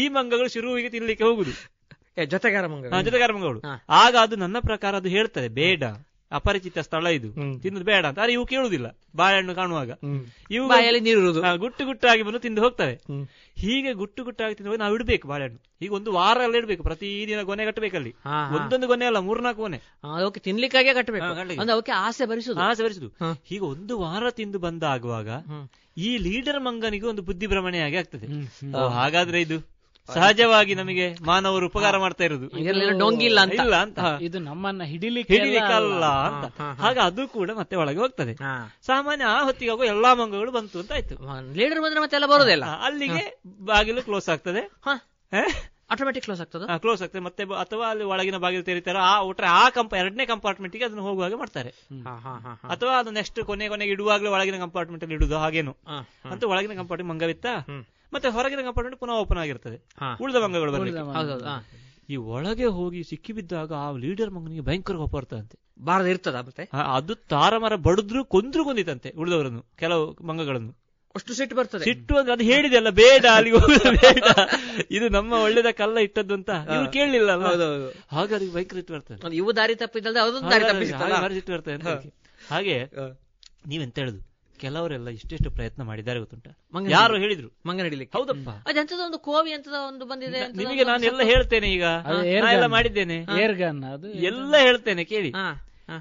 ಈ ಮಂಗಗಳು ಶುರುವಿಗೆ ತಿನ್ಲಿಕ್ಕೆ ಹೋಗುದು ಏ, ಜೊತೆಗಾರ ಹಾ, ಮಂಗ ಜೊತೆಗಾರ ಮಂಗಗಳು ಹಾ. ಆಗ ಅದು ನನ್ನ ಪ್ರಕಾರ ಅದು ಹೇಳ್ತದೆ ಬೇಡ ಅಪರಿಚಿತ ಸ್ಥಳ ಇದು ತಿನ್ನೋದು ಬೇಡ ಅಂತ ಆದ್ರೆ ಇವು ಕೇಳುದಿಲ್ಲ ಬಾಳೆಹಣ್ಣು ಕಾಣುವಾಗ ಇವು ಬಾಯಲ್ಲಿ ನೀರಿರುವುದು ಹಾ, ಗುಟ್ಟು ಗುಟ್ಟಾಗಿ ಬಂದು ತಿಂದು ಹೋಗ್ತವೆ ಹೀಗೆ ಗುಟ್ಟು ಗುಟ್ಟಾಗಿ ತಿಂದು ಹೋಗಿ ನಾವು ಇಡ್ಬೇಕು ಬಾಳೆಹಣ್ಣು ಈಗ ಒಂದು ವಾರ ಎಲ್ಲ ಇಡ್ಬೇಕು ಪ್ರತಿದಿನ ಗೊನೆ ಕಟ್ಟಬೇಕಲ್ಲಿ ಹಾ, ಹಾ. ಒಂದೊಂದು ಗೊನೆ ಅಲ್ಲ ಮೂರ್ನಾಲ್ಕು ಗೊನೆ ಆ, ಅದಕ್ಕೆ ತಿನ್ಲಿಕ್ಕಾಗೆ ಕಟ್ಟಬೇಕು ಹಾ, ಕಟ್ಬೇಕು. ಅಂದ್ರೆ ಅವಕ್ಕೆ ಆಸೆ ಭರಿಸುದು ಆಸೆ ಬರಿಸುದು ಹಾ. ಹೀಗೆ ಒಂದು ವಾರ ತಿಂದು ಬಂದ ಆಗುವಾಗ ಈ ಲೀಡರ್ ಮಂಗನಿಗೆ ಒಂದು ಬುದ್ಧಿ ಭ್ರಮಣೆಯಾಗಿ ಆಗ್ತದೆ ಓ, ಹಾಗಾದ್ರೆ ಇದು ಸಹಜವಾಗಿ ನಮಗೆ ಮಾನವರು ಉಪಕಾರ ಮಾಡ್ತಾ ಇರುದು ಇದರಲ್ಲಿ ಡೊಂಗಿಲ್ಲ ಅಂತ ಇಲ್ಲ ಅಂತ ಹಾ. ಇದು ನಮ್ಮನ್ನ ಹಿಡಿಲಿಕ್ಕೆ ಹಿಡಿಲಿಕ್ಕಲ್ಲ ಅಂತ ಹಾ, ಹಾ, ಹಾ. ಹಾಗೆ ಅದು ಕೂಡ ಮತ್ತೆ ಒಳಗೆ ಹೋಗ್ತದೆ ಹಾ. ಸಾಮಾನ್ಯ ಆ ಹೊತ್ತಿಗೆ ಆಗುವ ಎಲ್ಲಾ ಮಂಗಗಳು ಬಂತು ಅಂತ ಆಯ್ತು ಲೀಡರ್ ಬಂದ್ರೆ ಮತ್ತೆ ಎಲ್ಲ ಬರೋದಿಲ್ಲ ಆ, ಅಲ್ಲಿಗೆ ಬಾಗಿಲು ಕ್ಲೋಸ್ ಆಗ್ತದೆ ಆಟೋಮೆಟಿಕ್ ಕ್ಲೋಸ್ ಆಗ್ತದ ಕ್ಲೋಸ್ ಆಗ್ತದೆ ಮತ್ತೆ ಬ- ಅಥವಾ ಅಲ್ಲಿ ಒಳಗಿನ ಬಾಗಿಲು ತೆರೀತಾರ ಆ ಒಟ್ರೆ ಆ ಕಂಪ ಎರಡನೇ ಕಂಪಾರ್ಟ್ಮೆಂಟ್ ಗೆ ಅದನ್ನು ಹೋಗುವಾಗ ಮಾಡ್ತಾರೆ ಅಥವಾ ಅದು ನೆಕ್ಸ್ಟ್ ಕೊನೆ ಕೊನೆಗೆ ಇಡುವಾಗಲೇ ಒಳಗಿನ ಕಂಪಾರ್ಟ್ಮೆಂಟ್ ಅಲ್ಲಿ ಇಡುದು ಹಾಗೇನು ಅಂತ ಒಳಗಿನ ಕಂಪಾರ್ಟ್ಮೆಂಟ್ ಮಂಗವಿತ್ತ ಮತ್ತೆ ಹೊರಗಿನ ಕಂಪಾರ್ಟ್ಮೆಂಟ್ ಪುನಃ ಓಪನ್ ಆಗಿರ್ತದೆ ಉಳಿದ ಮಂಗಗಳು ಬರ್ಲಿಕ್ಕೆ ಹೌದೌದು ಹಾ. ಈ ಒಳಗೆ ಹೋಗಿ ಸಿಕ್ಕಿಬಿದ್ದಾಗ ಆ ಲೀಡರ್ ಮಂಗನಿಗೆ ಭಯಂಕರ ಕೋಪ ಬರ್ತದಂತೆ ಬಾರದೆ ಇರ್ತದ ಮತ್ತೆ ಆ, ಅದು ತಾರಮರ ಬಡಿದ್ರು ಕೊಂದ್ರು ಕೊಂದಿತಂತೆ ಉಳಿದವರನ್ನು ಕೆಲವು ಮಂಗಗಳನ್ನು ಅಷ್ಟು ಸಿಟ್ಟು ಬರ್ತದೆ ಸಿಟ್ಟು ಅಂದ್ರೆ ಅದು ಹೇಳಿದೆ ಅಲ್ಲ ಬೇಡ ಅಲ್ಲಿಗೆ ಹೋಗುದು ಬೇಡ ಇದು ನಮ್ಮ ಒಳ್ಳೇದಕ್ಕಲ್ಲ ಇಟ್ಟದ್ದು ಅಂತ ಇವ್ರು ಕೇಳಲಿಲ್ಲ ಅಲ್ಲ ಹೌದೌದು ಹಾಗೆ ಅದಕ್ಕೆ ಭಯಂಕರ ಸಿಟ್ಟು ಬರ್ತದೆ ಅದು ಇವು ದಾರಿ ತಪ್ಪಿದ್ದಲ್ದೆ ಅದೊಂದು ದಾರಿ ತಪ್ಪಿಸ್ತಲ್ಲ ಹಾಗೆ ಭಾರಿ ಸಿಟ್ಟು ಬರ್ತದೆ ಅಂತ ಅದಕ್ಕೆ. ಹಾಗೆ ನೀವೆಂತ ಹೇಳುದು ಕೆಲವರೆಲ್ಲ ಇಷ್ಟೆಷ್ಟು ಪ್ರಯತ್ನ ಮಾಡಿದ್ದಾರೆ ಗೊತ್ತುಂಟ ಮಂಗನಿಗೆ. ಯಾರು ಹೇಳಿದ್ರು ಮಂಗ ನಡಿಲಿಕ್ಕೆ ಹೌದಪ್ಪ ಅದೆಂತದ ಒಂದು ಕೋವಿ ಅಂತದ ಒಂದು ಬಂದಿದೆ ಅಂತದ ನಿಮಗೆ ನಾನು ಎಲ್ಲ ಹೇಳ್ತೇನೆ ಈಗ ಅದು ನಾ ಎಲ್ಲ airgun. ಮಾಡಿದ್ದೇನೆ ಏರ್ಗನ್ ಅದು ಎಲ್ಲ ಹೇಳ್ತೇನೆ ಕೇಳಿ ಹಾ, ಹಾ,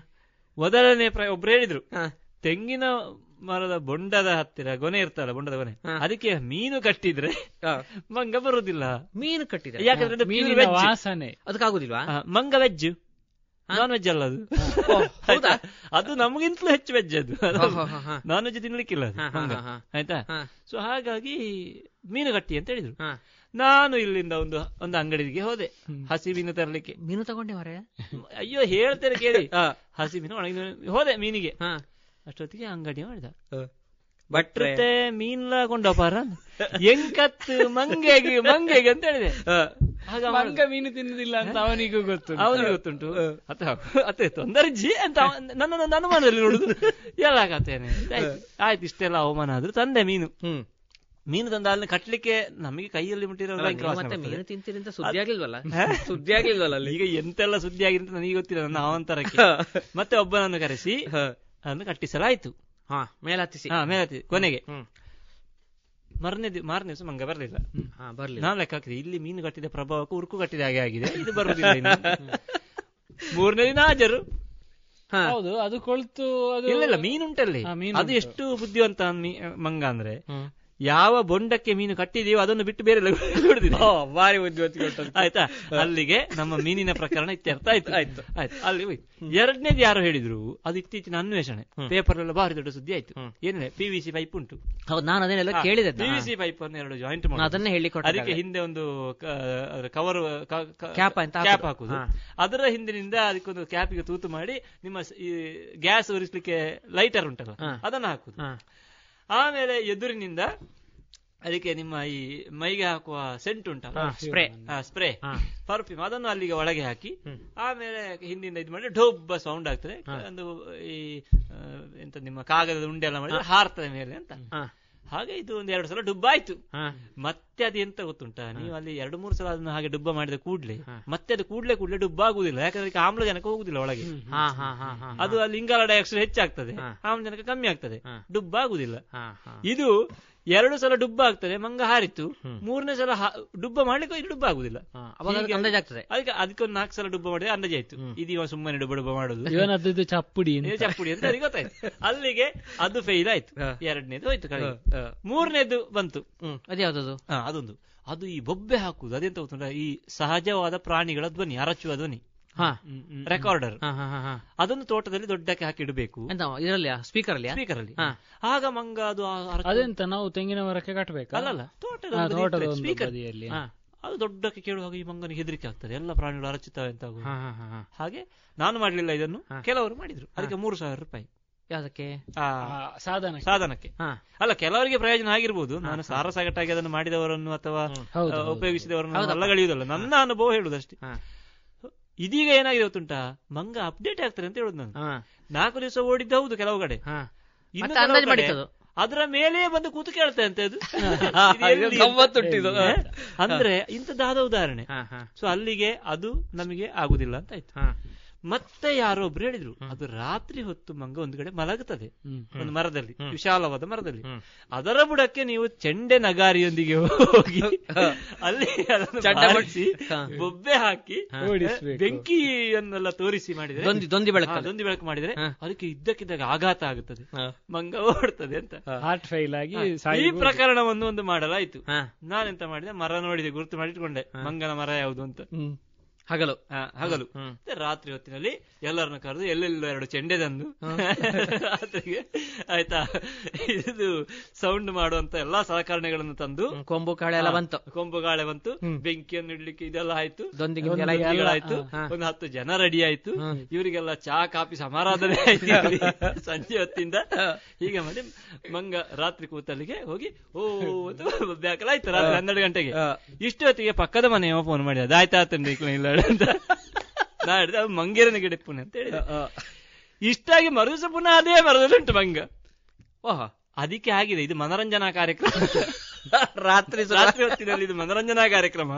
ಮೊದಲನೇ ಪ್ರ- ಒಬ್ರು ಹೇಳಿದ್ರು ಹಾ. ತೆಂಗಿನ ಮರದ ಬೊಂಡದ ಹತ್ತಿರ ಗೊನೆ ಇರ್ತಲ್ಲ ಬೊಂಡದ ಗೊನೆ ಹಾ. ಅದಕ್ಕೆ ಮೀನು ಕಟ್ಟಿದ್ರೆ ಹಾ. ಮಂಗ ಬರುದಿಲ್ಲ ಮೀನು ಕಟ್ಟಿದೆ ಯಾಕಂದ್ರೆ ಅದು pure ಮೀನಿನ veg. ವಾಸನೆ ಅದಕ್ಕಾಗುದಿಲ್ವಾ ಆ, ಮಂಗ ವೆಜ್ ನಾನ್ ವೆಜ್ ಅಲ್ಲ ಅದು ಓ, ಹೌದಾ? ಅದು ನಮಗಿಂತಲೂ ಹೆಚ್ಚು ವೆಜ್ ಅದು ಹ, ಹ, ಹ. ನಾನ್ ವೆಜ್ ತಿನ್ಲಿಕ್ಕಿಲ್ಲ ಅದು. ಹ, ಹ, ಹಂಗ. ಹ. ಆಯ್ತಾ ಹ. ಸೊ ಹಾಗಾಗಿ ಮೀನುಗಟ್ಟಿ ಅಂತ ಹೇಳಿದ್ರು ಹ. ನಾನು ಇಲ್ಲಿಂದ ಒಂದು ಒಂದು ಅಂಗಡಿಗೆ ಹೋದೆ ಹಸಿ ಮೀನು ತರಲಿಕ್ಕೆ ಮೀನು ತಗೊಂಡೆ ಮಾರ್ರೆ ಅಯ್ಯೋ ಹೇಳ್ತೇನೆ ಕೇಳಿ ಹಸಿ ಮೀನು ಒಣಗಿದ ಮೀನು. ಹೋದೆ ಮೀನಿಗೆ ಹ. ಅಷ್ಟೊತ್ತಿಗೆ ಅಂಗಡಿ ಮಾಡಿದ ಭಟ್ರೆ ಮತ್ತೆ ಮೀನ್ಲ ಕೊಂಡೋಪಾರ ಎಂಕತ್ತು ಮಂಗೆಗೆ ಮಂಗೆಗೆ ಅಂತ ಹೇಳಿದೆ ಆಗ ಅವನು- ಮಂಗ ಮೀನು ತಿನ್ನುದಿಲ್ಲ ಅಂತ ಅವನಿಗೂ ಗೊತ್ತು ಅವನಿಗೆ ಗೊತ್ತುಂಟು ಅತ ಅತ್ತೆ ತೊಂದರ್ಜಿ ಅಂತ ಅವ- ನನ್ನನ್ನು ಅನುಮಾನದಲ್ಲಿ ನೋಡುದು ಎಲ್ಲ ಕತ್ತೇನೆ ಆಯ್ತು ಇಷ್ಟೆಲ್ಲ ಅವಮಾನ ಆದ್ರೂ ತಂದೆ ಮೀನು ಹ್ಮ್ ಮೀನು ತಂದ ಅಲ್ಲಿ ಕಟ್ಲಿಕ್ಕೆ ನಮಗೆ ಕೈಯಲ್ಲಿ ಮುಟ್ಟಿರೋ ಮತ್ತೆ ಮೀನು ತಿಂತೀರಿ ಅಂತ ಸುದ್ದಿ ಆಗ್ಲಿಲ್ವಲ್ಲ ಸುದ್ದಿ ಆಗ್ಲಿಲ್ವಲ್ಲ ಅಲ್ಲಿ ಈಗ ಎಂತೆಲ್ಲ ಸುದ್ದಿ ಆಗಿದೆ ಅಂತ ನನಗೆ ಗೊತ್ತಿಲ್ಲ ನನ್ನ ಅವಾಂತರಕ್ಕೆ ಮತ್ತೆ ಒಬ್ಬನನ್ನು ಕರೆಸಿ ಅದನ್ನು ಕಟ್ಟಿಸಲಾಯ್ತು ಹಾ ಮೇಲತ್ತಿಸಿ ಹಾ ಮೇಲತಿ ಕೊನೆಗೆ ಹ್ಮ್ ಮರನೇ ಮಾರನೇ ದಿವಸ ಮಂಗ ಬರಲಿಲ್ಲ ಹಾ ಬರ್ಲಿ ನಾನು ಲೆಕ್ಕ ಹಾಕಿದೆ ಇಲ್ಲಿ ಮೀನು ಕಟ್ಟಿದ ಪ್ರಭಾವಕ್ಕೆ ಉರುಕು ಕಟ್ಟಿದ ಹಾಗೆ ಆಗಿದೆ ಇದು ಬರುವುದಿಲ್ಲ ಇನ್ನು. ಮೂರನೇ ದಿನ ಹಾಜರು ಹಾ ಹೌದು ಅದು ಕೊಳ್ತು ಅದು ಇಲ್ಲ ಇಲ್ಲ ಮೀನು ಉಂಟಲ್ಲಿ ಹಾ, ಮೀನು ಅದು ಉಂಟು. ಎಷ್ಟು ಬುದ್ಧಿವಂತ ಮೀ- ಮಂಗ ಅಂದ್ರೆ ಹ್ಮ್. ಯಾವ ಬೊಂಡಕ್ಕೆ ಮೀನು ಕಟ್ಟಿದೀವೋ ಅದನ್ನು ಬಿಟ್ಟು ಬೇರೆ ಓ, ಬಿಡುದಿಲ್ಲ ಭಾರಿ ಬುದ್ಧಿವಂತಿಕೆ ಉಂಟು ಅದು. ಆಯ್ತಾ ಅಲ್ಲಿಗೆ ನಮ್ಮ ಮೀನಿನ ಪ್ರಕರಣ ಇತ್ಯರ್ಥ ಆಯ್ತು ಆಯ್ತು ಆಯ್ತು ಅಲ್ಲಿ ಹೋಯ್ತು ಎರಡನೇದು ಯಾರು ಹೇಳಿದ್ರು ಅದು ಇತ್ತೀಚಿನ ಅನ್ವೇಷಣೆ ಪೇಪರ್ ಎಲ್ಲ ಭಾರಿ ದೊಡ್ಡ ಸುದ್ದಿ ಆಯ್ತು ಏನಿಲ್ಲ ಪಿ ವಿ ಸಿ ಪೈಪ್ ಉಂಟು ಹೌದು ನಾನು ಅದನ್ನೆಲ್ಲ ಕೇಳಿದೆ ಪಿ ವಿ ಸಿ ಪೈಪ್ ಅನ್ನು ಎರಡು ಜಾಯಿಂಟ್ ಮಾಡಿ ಅದನ್ನೇ ಹೇಳಿ ಅದಕ್ಕೆ ಹಿಂದೆ ಒಂದು ಕವರ್ Cap ಅಂತ ಹಾಕುದು. ಕ್ಯಾಪ್ ಹಾಕುದು ಅದರ ಹಿಂದಿನಿಂದ ಅದಕ್ಕೊಂದು ಕ್ಯಾಪಿಗೆ ತೂತು ಮಾಡಿ ನಿಮ್ಮ ಸ- ಈ ಗ್ಯಾಸ್ ಉರಿಸ್ಲಿಕ್ಕೆ ಲೈಟರ್ ಉಂಟಲ್ಲ ಹಾ. ಅದನ್ನ ಹಾಕುದು ಆಮೇಲೆ ಎದುರಿನಿಂದ ಅದಕ್ಕೆ ನಿಮ್ಮ ಈ ಮೈಗೆ ಹಾಕುವ ಸೆಂಟ್ ಉಂಟಲ್ಲ ಸ್ಪ್ರೇ ಸ್ಪ್ರೇ ಪರ್ಫ್ಯೂಮ್ ಅದನ್ನು ಅಲ್ಲಿಗೆ ಒಳಗೆ ಹಾಕಿ ಆಮೇಲೆ ಹಿಂದಿಂದ ಇದು ಮಾಡಿ ಢೊಬ್ಬ ಸೌಂಡ್ ಆಗ್ತದೆ ಒಂದು ಈ ಆ, ಎಂತ ನಿಮ್ಮ ಕಾಗದದ ಉಂಡೆ ಎಲ್ಲ ಮಾಡಿದ್ರೆ ಹಾರ್ತದೆ ಮೇಲೆ ಅಂತ ಹಾಗೆ ಇದು ಒಂದು ಎರಡು ಸಲ ಡುಬ್ಬ ಆಯ್ತು ಮತ್ತೆ ಅದು ಎಂತ ಗೊತ್ತುಂಟಾ ನೀವು ಅಲ್ಲಿ ಎರಡು ಮೂರು ಸಲ ಅದನ್ನು ಹಾಗೆ ಡುಬ್ಬ ಮಾಡಿದ ಕೂಡ್ಲೆ ಮತ್ತೆ ಅದು ಕೂಡ್ಲೆ ಕೂಡ್ಲೆ ಡುಬ್ಬ ಆಗುದಿಲ್ಲ ಯಾಕಂದ್ರೆ ಅದಕ್ಕೆ ಆಮ್ಲಜನಕ ಹೋಗುದಿಲ್ಲ ಒಳಗೆ ಹಾ ಹಾ ಹಾ ಹಾ ಅದು ಅಲ್ಲಿ ಇಂಗಾಲ ಡೈಆಕ್ಸೈಡ್ ಹೆಚ್ಚಾಗ್ತದೆ ಆಮ್ಲಜನಕ ಕಮ್ಮಿ ಆಗ್ತದೆ ಡುಬ್ಬ ಆಗುದಿಲ್ಲ ಹಾ ಹಾ ಇದು ಎರಡು ಸಲ ಡುಬ್ಬ ಆಗ್ತದೆ ಮಂಗ ಹಾರಿತ್ತು ಮೂರನೇ ಸಲ ಹಾ- ಡುಬ್ಬ ಮಾಡ್ಲಿಕ್ಕೆ ಇದು ಡುಬ್ಬ ಆಗುದಿಲ್ಲ ಹಾ, ಅವಾಗ ಅದಕ್ಕೆ ಅಂದಾಜು ಆಗ್ತದೆ ಅದಕ್ಕೆ ಅದಕ್ಕೊಂದು ನಾಲ್ಕು ಸಲ ಡುಬ್ಬ ಮಾಡಿದ್ರೆ ಅಂದಾಜ್ ಆಯ್ತು ಇದು ಇವ ಸುಮ್ಮನೆ ಡುಬ್ಬ ಡುಬ್ಬ ಮಾಡುದು ಇವನದ್ದು ಇದು ಚಪ್ಪುಡಿ ಅಂತ. ಇದು ಚಪ್ಪುಡಿ ಅಂತ ನನಗೆ ಗೊತ್ತಾಯ್ತು ಅಲ್ಲಿಗೆ ಅದು ಫೇಲ್ ಆಯ್ತು ಎರಡನೇದು ಹೋಯ್ತು ಕಡೆಗೆ ಮೂರನೇದು ಬಂತು ಹ್ಮ್ ಅದ್ಯಾವ್ದದು ಹಾ ಅದೊಂದು ಅದು ಈ ಬೊಬ್ಬೆ ಹಾಕುದು ಅದೆಂತ ಗೊತ್ತುಂಟ ಈ ಸಹಜವಾದ ಪ್ರಾಣಿಗಳ ಧ್ವನಿ ಅರಚುವ ಧ್ವನಿ ಹಾ ರೆಕಾರ್ಡರ್ ಹಾ ಹಾ ಹಾ ಹಾ ಅದನ್ನು ತೋಟದಲ್ಲಿ ದೊಡ್ಡಕ್ಕೆ ಹಾಕಿ ಇಡಬೇಕು ಎಂತ ಇದರಲ್ಲಿ ಸ್ಪೀಕರ್ ಅಲ್ಲಿ ಸ್ಪೀಕರ್ ಅಲ್ಲಿ ಆಗ ಮಂಗ ಅದು ಆ ಅರಚು- ಅದೆಂತ ನಾವು ತೆಂಗಿನ ಮರಕ್ಕೆ ಕಟ್ಟಬೇಕಾ ಅಲ್ಲಲ್ಲ ಆ, ತೋಟದ ತೋಟದ ಒಂದು ಸ್ಪೀಕರ್ ಬದಿಯಲ್ಲಿ ಹಾ. ಅದು ದೊಡ್ಡಕ್ಕೆ ಕೇಳುವಾಗ ಈ ಮಂಗನಿಗೆ ಹೆದರಿಕೆ ಆಗ್ತದೆ ಎಲ್ಲ ಪ್ರಾಣಿಗಳು ಅರಚುತ್ತವೆ ಅಂತ ಆಗುವಾಗ. ಹಾ ಹಾ ಹಾ ಹಾ ಹಾಗೆ ನಾನು ಮಾಡ್ಲಿಲ್ಲ ಇದನ್ನು ಹಾ. ಕೆಲವರು ಮಾಡಿದ್ರು ಅದಕ್ಕೆ ಮೂರು ಸಾವಿರ ರೂಪಾಯಿ ಯಾವ್ದಕ್ಕೆ ಆ, ಆ, ಸಾಧನ ಸಾಧನಕ್ಕೆ ಹಾ ಅಲ್ಲ ಕೆಲವರಿಗೆ ಪ್ರಯೋಜನ ಆಗಿರ್ಬೋದು ನಾನು ಸಾರಸಗಟ್ಟಾಗಿ ಅದನ್ನು ಮಾಡಿದವರನ್ನು ಅಥವಾ ಹೌದು, ಆ, ಹೌದು. ಉಪಯೋಗಿಸಿದವರನ್ನು ಹೌದಪ್ಪ. ಅಲ್ಲಗಳೆಯುವುದಲ್ಲ ನನ್ನ ಅನುಭವ ಹೇಳುದಷ್ಟೇ ಹಾ ಇದೀಗ ಏನಾಗಿದೆ ಗೊತ್ತುಂಟಾ ಮಂಗ ಅಪ್ಡೇಟ್ ಆಗ್ತಾರೆ ಅಂತ ಹೇಳುದು ನಾನು ಹಾ ನಾಲ್ಕು ದಿವಸ ಓಡಿದ್ದು ಹೌದು ಕೆಲವು ಕಡೆ ಹಾ ಇನ್ನು ಮತ್ತೆ ಕೆಲವು ಅಂದಾಜು ಕಡೆ ಮಾಡಿತ್ತು ಅದು. ಅದರ ಮೇಲೆ ಬಂದು ಕೂತು ಕೇಳ್ತೆ ಅಂತ ಇದು ಇದು ಇದು ಎಲ್ಲಿ? ಗಮ್ಮತ್ತು ಹುಟ್ಟಿದ್ದು. ಹಾ? ಅಂದ್ರೆ ಇಂಥದ್ದಾದ ಉದಾಹರಣೆ ಹಾ ಹಾ ಸೊ ಅಲ್ಲಿಗೆ ಅದು ನಮಗೆ ಆಗುದಿಲ್ಲ ಅಂತ ಆಯ್ತು ಹಾ ಮತ್ತೆ ಯಾರೊಬ್ರು ಹೇಳಿದ್ರು ಅದು ರಾತ್ರಿ ಹೊತ್ತು ಮಂಗ ಒಂದು ಕಡೆ ಮಲಗುತ್ತದೆ ಹ್ಮ್. ಒಂದು ಮರದಲ್ಲಿ ವಿಶಾಲವಾದ ಮರದಲ್ಲಿ ಹ್ಮ್. ಅದರ ಬುಡಕ್ಕೆ ನೀವು ಚೆಂಡೆ ನಗಾರಿಯೊಂದಿಗೆ ಹೋಗಿ ಅಲ್ಲಿ ಅದನ್ನು ಚಡ್ಡ ಬಟ್- ಬಾರಿಸಿ, ಹಾ. ಬೊಬ್ಬೆ ಹಾಕಿ ಹಾ. ಓಡಿಸ್ಬೇಕು. ಬೆಂಕಿಯನ್ನೆಲ್ಲ ತೋರಿಸಿ ಮಾಡಿದ್ರೆ ದೊಂದಿ ದೊಂದಿ ಬೆಳಕ ಹಾ, ದೊಂದಿ ಬೆಳಕು ಮಾಡಿದ್ರೆ ಹಾ. ಅದಕ್ಕೆ ಇದ್ದಕ್ಕಿದ್ದಾಗ ಆಘಾತ ಆಗುತ್ತದೆ ಹಾ ಮಂಗ ಓಡ್ತದೆ ಅಂತ ಹಾರ್ಟ್ ಫೈಲ್ ಆಗಿ ಹಾ. ಈ ಸಾಯಿ ಪ್ರಕರಣವನ್ನು ಒಂದು ಮಾಡಲಾಯ್ತು ಹಾ ನಾನೆಂತ ಮಾಡಿದೆ ಮರ ನೋಡಿದೆ ಗುರುತು ಮಾಡಿಟ್ಕೊಂಡೆ ಮಂಗನ ಮರ ಯಾವುದು ಅಂತ ಹ್ಮ್ ಹಗಲು ಹಾ, ಹಗಲು ಹ್ಮ್. ಮತ್ತೆ ರಾತ್ರಿ ಹೊತ್ತಿನಲ್ಲಿ ಎಲ್ಲರನ್ನು ಕರೆದು ಎಲ್ಲೆಲ್ಲ ಎರಡು ಚೆಂಡೆ ತಂದು ರಾತ್ರಿಗೆ ಆಯ್ತಾ ಇದು ಸೌಂಡ್ ಮಾಡುವಂತ ಎಲ್ಲಾ ಸಲಕರಣೆಗಳನ್ನು ತಂದು ಹ್ಮ್, ಕೊಂಬು ಕಾಳೆ ಎಲ್ಲ ಬಂತು ಕೊಂಬುಗಾಳೆ ಬಂತು ಬೆಂಕಿಯನ್ನು ಇಡ್ಲಿಕ್ಕೆ ಇದೆಲ್ಲ ಆಯ್ತು ದೊಂದಿಗೆ ಒಂದು ಎಲ್ಲ ಎಲ್ಲ- ಆಯ್ತು ಹಾ. ಒಂದು ಹತ್ತು ಜನ ರೆಡಿ ಆಯ್ತು ಹ್ಮ್. ಇವರಿಗೆಲ್ಲ ಚಹಾ ಕಾಫಿ ಸಮಾರಾಧನೆ ಆಯ್ತು ಇಲ್ಲಿ ಸಂಜೆ ಹೊತ್ತಿಂದ ಹೀಗೆ ಮಾಡಿ ಮಂಗ ರಾತ್ರಿ ಕೂತಲ್ಲಿಗೆ ಹೋಗಿ ಓ ಅಂತ ಬ್ಯಾಕಲಾಯ್ತು ರಾತ್ರಿ ಹನ್ನೆರಡು ಗಂಟೆಗೆ ಇಷ್ಟು ಹೊತ್ತಿಗೆ ಪಕ್ಕದ ಮನೆಯವ ಫೋನ್ ಮಾಡಿ ಅದಾಯ್ತಾ ತಂದೆ ಇಲ್ಲ ಅಂತ ನಾ ಹಿಡ್ದೆ, ಅದು ಮಂಗೇರನ ಗಿಡ ಪುಣ್ಯ ಅಂತ ಹೇಳಿದ ಇಷ್ಟಾಗಿ ಮರುಸ ಪುನಃ ಅದೇ ಮರದಲ್ಲಿ ಉಂಟು ಮಂಗ ಓಹ್ ಅದಕ್ಕೆ ಆಗಿದೆ ಇದು ಮನರಂಜನಾ ಕಾರ್ಯಕ್ರಮ ರಾತ್ರಿ ಸುರ- ರಾತ್ರಿ ಹೊತ್ತಿನಲ್ಲಿ ಇದು ಮನರಂಜನಾ ಕಾರ್ಯಕ್ರಮ